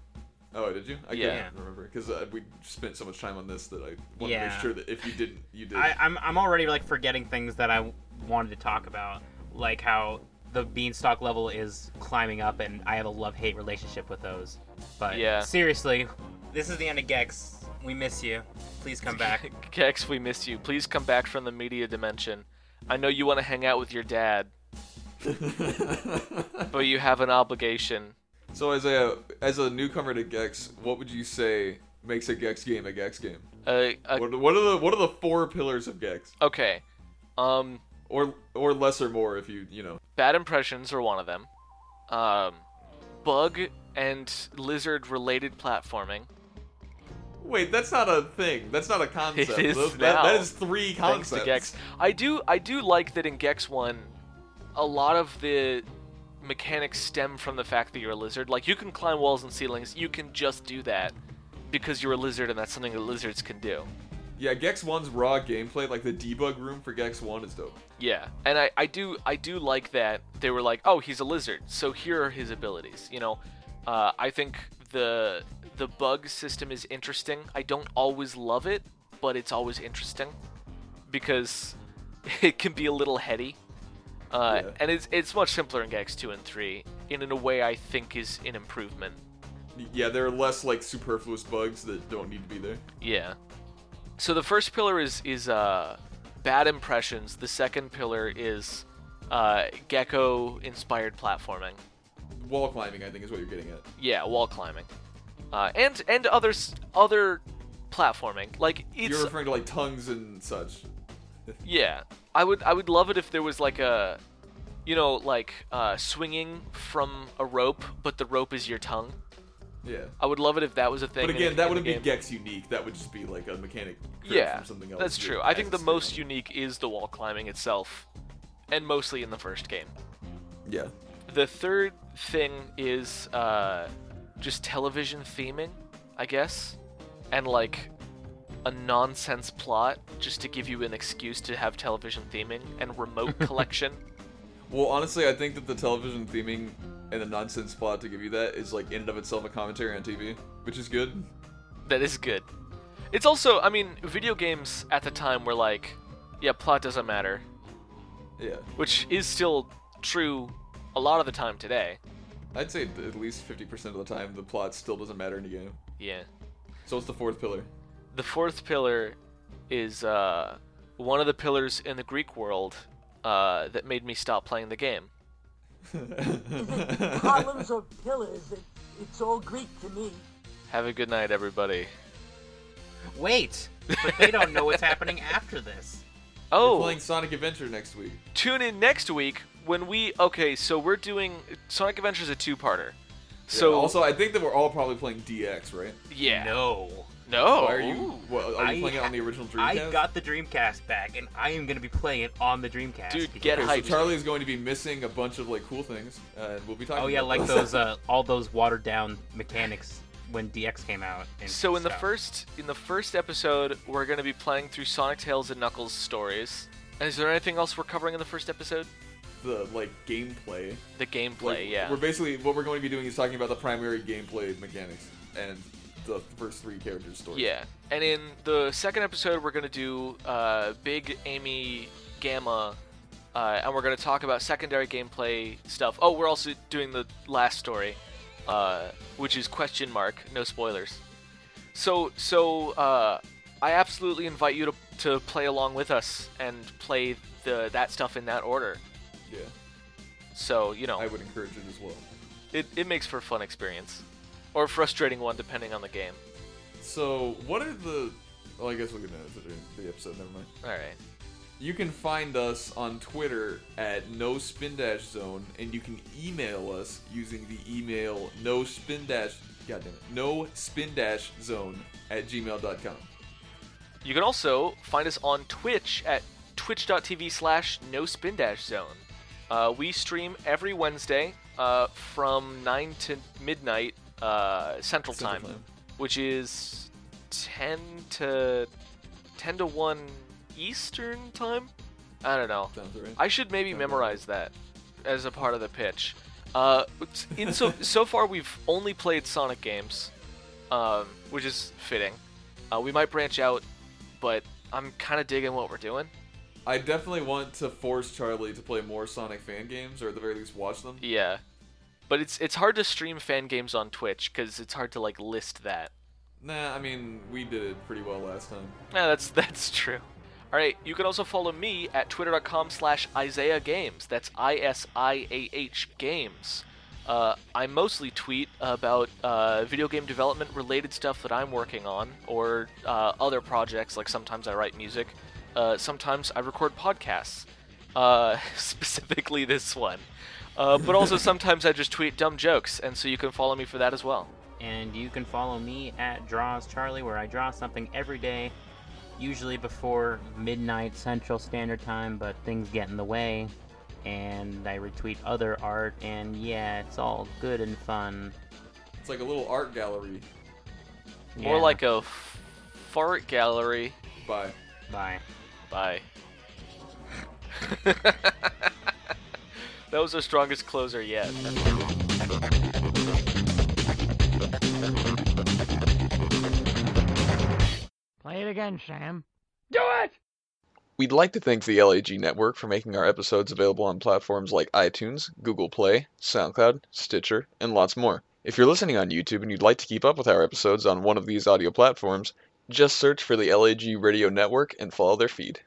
Oh, did you? I
Yeah.
couldn't remember because uh, we spent so much time on this that I wanted to
Yeah.
make sure that if you didn't, you did.
I, I'm, I'm already like forgetting things that I wanted to talk about, like how the beanstalk level is climbing up, and I have a love hate relationship with those. But
Yeah.
seriously, this is the end of Gex. We miss you. Please come back.
Gex, we miss you. Please come back from the media dimension. I know you want to hang out with your dad, but you have an obligation.
(laughs) so Isaiah, as a newcomer to Gex, what would you say makes a Gex game a Gex game?
Uh, uh,
What, what are the what are the four pillars of Gex,
okay. Um,
or or less or more if you you know?
bad impressions are one of them. Um, bug and lizard related platforming.
Wait, that's not a thing. That's not a concept.
(laughs) is
Those- that-
now.
that is three concepts.
Thanks to Gex. I do I do like that in Gex 1 a lot of the mechanics stem from the fact that you're a lizard. Like you can climb walls and ceilings. You can just do that because you're a lizard and that's something that lizards can do.
Yeah, Gex One's raw gameplay, like the debug room for Gex One, is dope.
Yeah, and I, I do I do like that they were like, oh, he's a lizard, so here are his abilities. You know, uh, I think the the bug system is interesting. I don't always love it, but it's always interesting because (laughs) it can be a little heady, uh,
Yeah.
and it's it's much simpler in Gex two and three, and in a way I think is an improvement.
Yeah, there are less like superfluous bugs that don't need to be there.
Yeah. So the first pillar is is uh, bad impressions. The second pillar is uh, gecko inspired platforming.
Wall climbing, I think, is what you're getting at.
Yeah, wall climbing, uh, and and other s- other platforming. Like it's
you're referring to like tongues and such.
yeah. I would I would love it if there was like a, you know, like uh, swinging from a rope, but the rope is your tongue.
Yeah.
I would love it if that was a thing.
But
in-
again,
in
that
the
wouldn't be
game.
Gex unique. That would just be like a mechanic. created
yeah,
From something else
that's
that
tree true. I
adds
think the
to it.
most unique is the wall climbing itself, and mostly in the first game.
Yeah.
The third thing is uh, just television theming, I guess, and like a nonsense plot just to give you an excuse to have television theming and
(laughs)
remote collection.
Well, honestly, I think that the television theming and the nonsense plot to give you that is like in and of itself a commentary on TV, which is good.
That is good. It's also, I mean, video games at the time were like, yeah, plot doesn't matter,
Yeah.
which is still true a lot of the time today.
I'd say th- at least 50% of the time the plot still doesn't matter in a game.
Yeah.
So what's the fourth pillar?
The fourth pillar is uh, one of the pillars in the Greek world uh, that made me stop playing the game.
Columns or pillars, it, it's all Greek to me.
Have a good night, everybody.
Wait, but they don't know what's happening after this.
We're
Oh,
playing Sonic Adventure next week.
tune in next week when we. Okay, so we're doing Sonic Adventures a two-parter. So
Yeah, also, I think that we're all probably playing DX, right?
(laughs) yeah,
No.
no.
Why are you? What, are you
Oh. I
playing it
ha-
on the original Dreamcast?
I got the Dreamcast back, and I am going to be playing it on the Dreamcast.
Dude,
because-
get
So
hyped.
Charlie is going to be missing a bunch of like cool things, and we'll be talking.
Oh yeah,
about
like
those.
those uh, all those watered down mechanics when DX came out. And
So in the
stuff.
first in the first episode, we're gonna be playing through Sonic Tails and Knuckles stories. And is there anything else we're covering in the first episode?
(laughs) the like gameplay.
The gameplay,
Like,
yeah.
We're basically what we're going to be doing is talking about the primary gameplay mechanics and the first three characters' story.
Yeah, and in the second episode, we're gonna do uh, Big Amy Gamma, uh, and we're gonna talk about secondary gameplay stuff. Oh, we're also doing the last story, uh, which is question mark. No spoilers. So, so uh, I absolutely invite you to, to play along with us and play the that stuff in that order.
Yeah.
So you know,
I would encourage it as well.
it, it makes for a fun experience, or a frustrating one depending on the game.
So what are the? Well, I guess we can edit it in the episode. Never mind.
All right.
You can find us on Twitter at no spin dash zone, and you can email us using the email no spin dash. God damn it, no spin dash zone at gmail.com.
You can also find us on Twitch at twitch.tv slash no spin dash zone. Uh, we stream every Wednesday uh, from 9 to midnight uh,
Central
Central, time,
Time.
which is 10 to 10 to 1 Eastern time. I don't know.
Sounds right.
I should maybe memorize that as a part of the pitch. Uh, it's-
(laughs)
in so so far we've only played Sonic games, um, which is fitting. Uh, we might branch out, but I'm kind of digging what we're doing.
I definitely want to force Charlie to play more Sonic fan games, or at the very least watch them.
Yeah, but it's it's hard to stream fan games on Twitch because it's hard to like list that.
Nah, I mean we did it pretty well last time.
Yeah, that's (laughs) that's true. All right, you can also follow me at twitter.com slash Isaiah Games. That's I S I A H Games. Uh, I mostly tweet about uh, video game development related stuff that I'm working on or uh, other projects, like sometimes I write music, uh, sometimes I record podcasts, uh, (laughs) specifically this one. Uh, but also sometimes I just tweet dumb jokes, and so you can follow me for that as well.
and you can follow me at Draws Charlie, where I draw something every day, usually before midnight Central Standard Time, but things get in the way. And I retweet other art, and yeah, it's all good and fun.
It's like a little art gallery.
More
Yeah.
like a f- fart gallery.
Bye.
bye.
Bye. (laughs) that was our strongest closer yet.
Play it again, Sham. Do it!
We'd like to thank the LAG Network for making our episodes available on platforms like iTunes, Google Play, SoundCloud, Stitcher, and lots more. If you're listening on YouTube and you'd like to keep up with our episodes on one of these audio platforms,
Just search for the LAG Radio Network and follow their feed.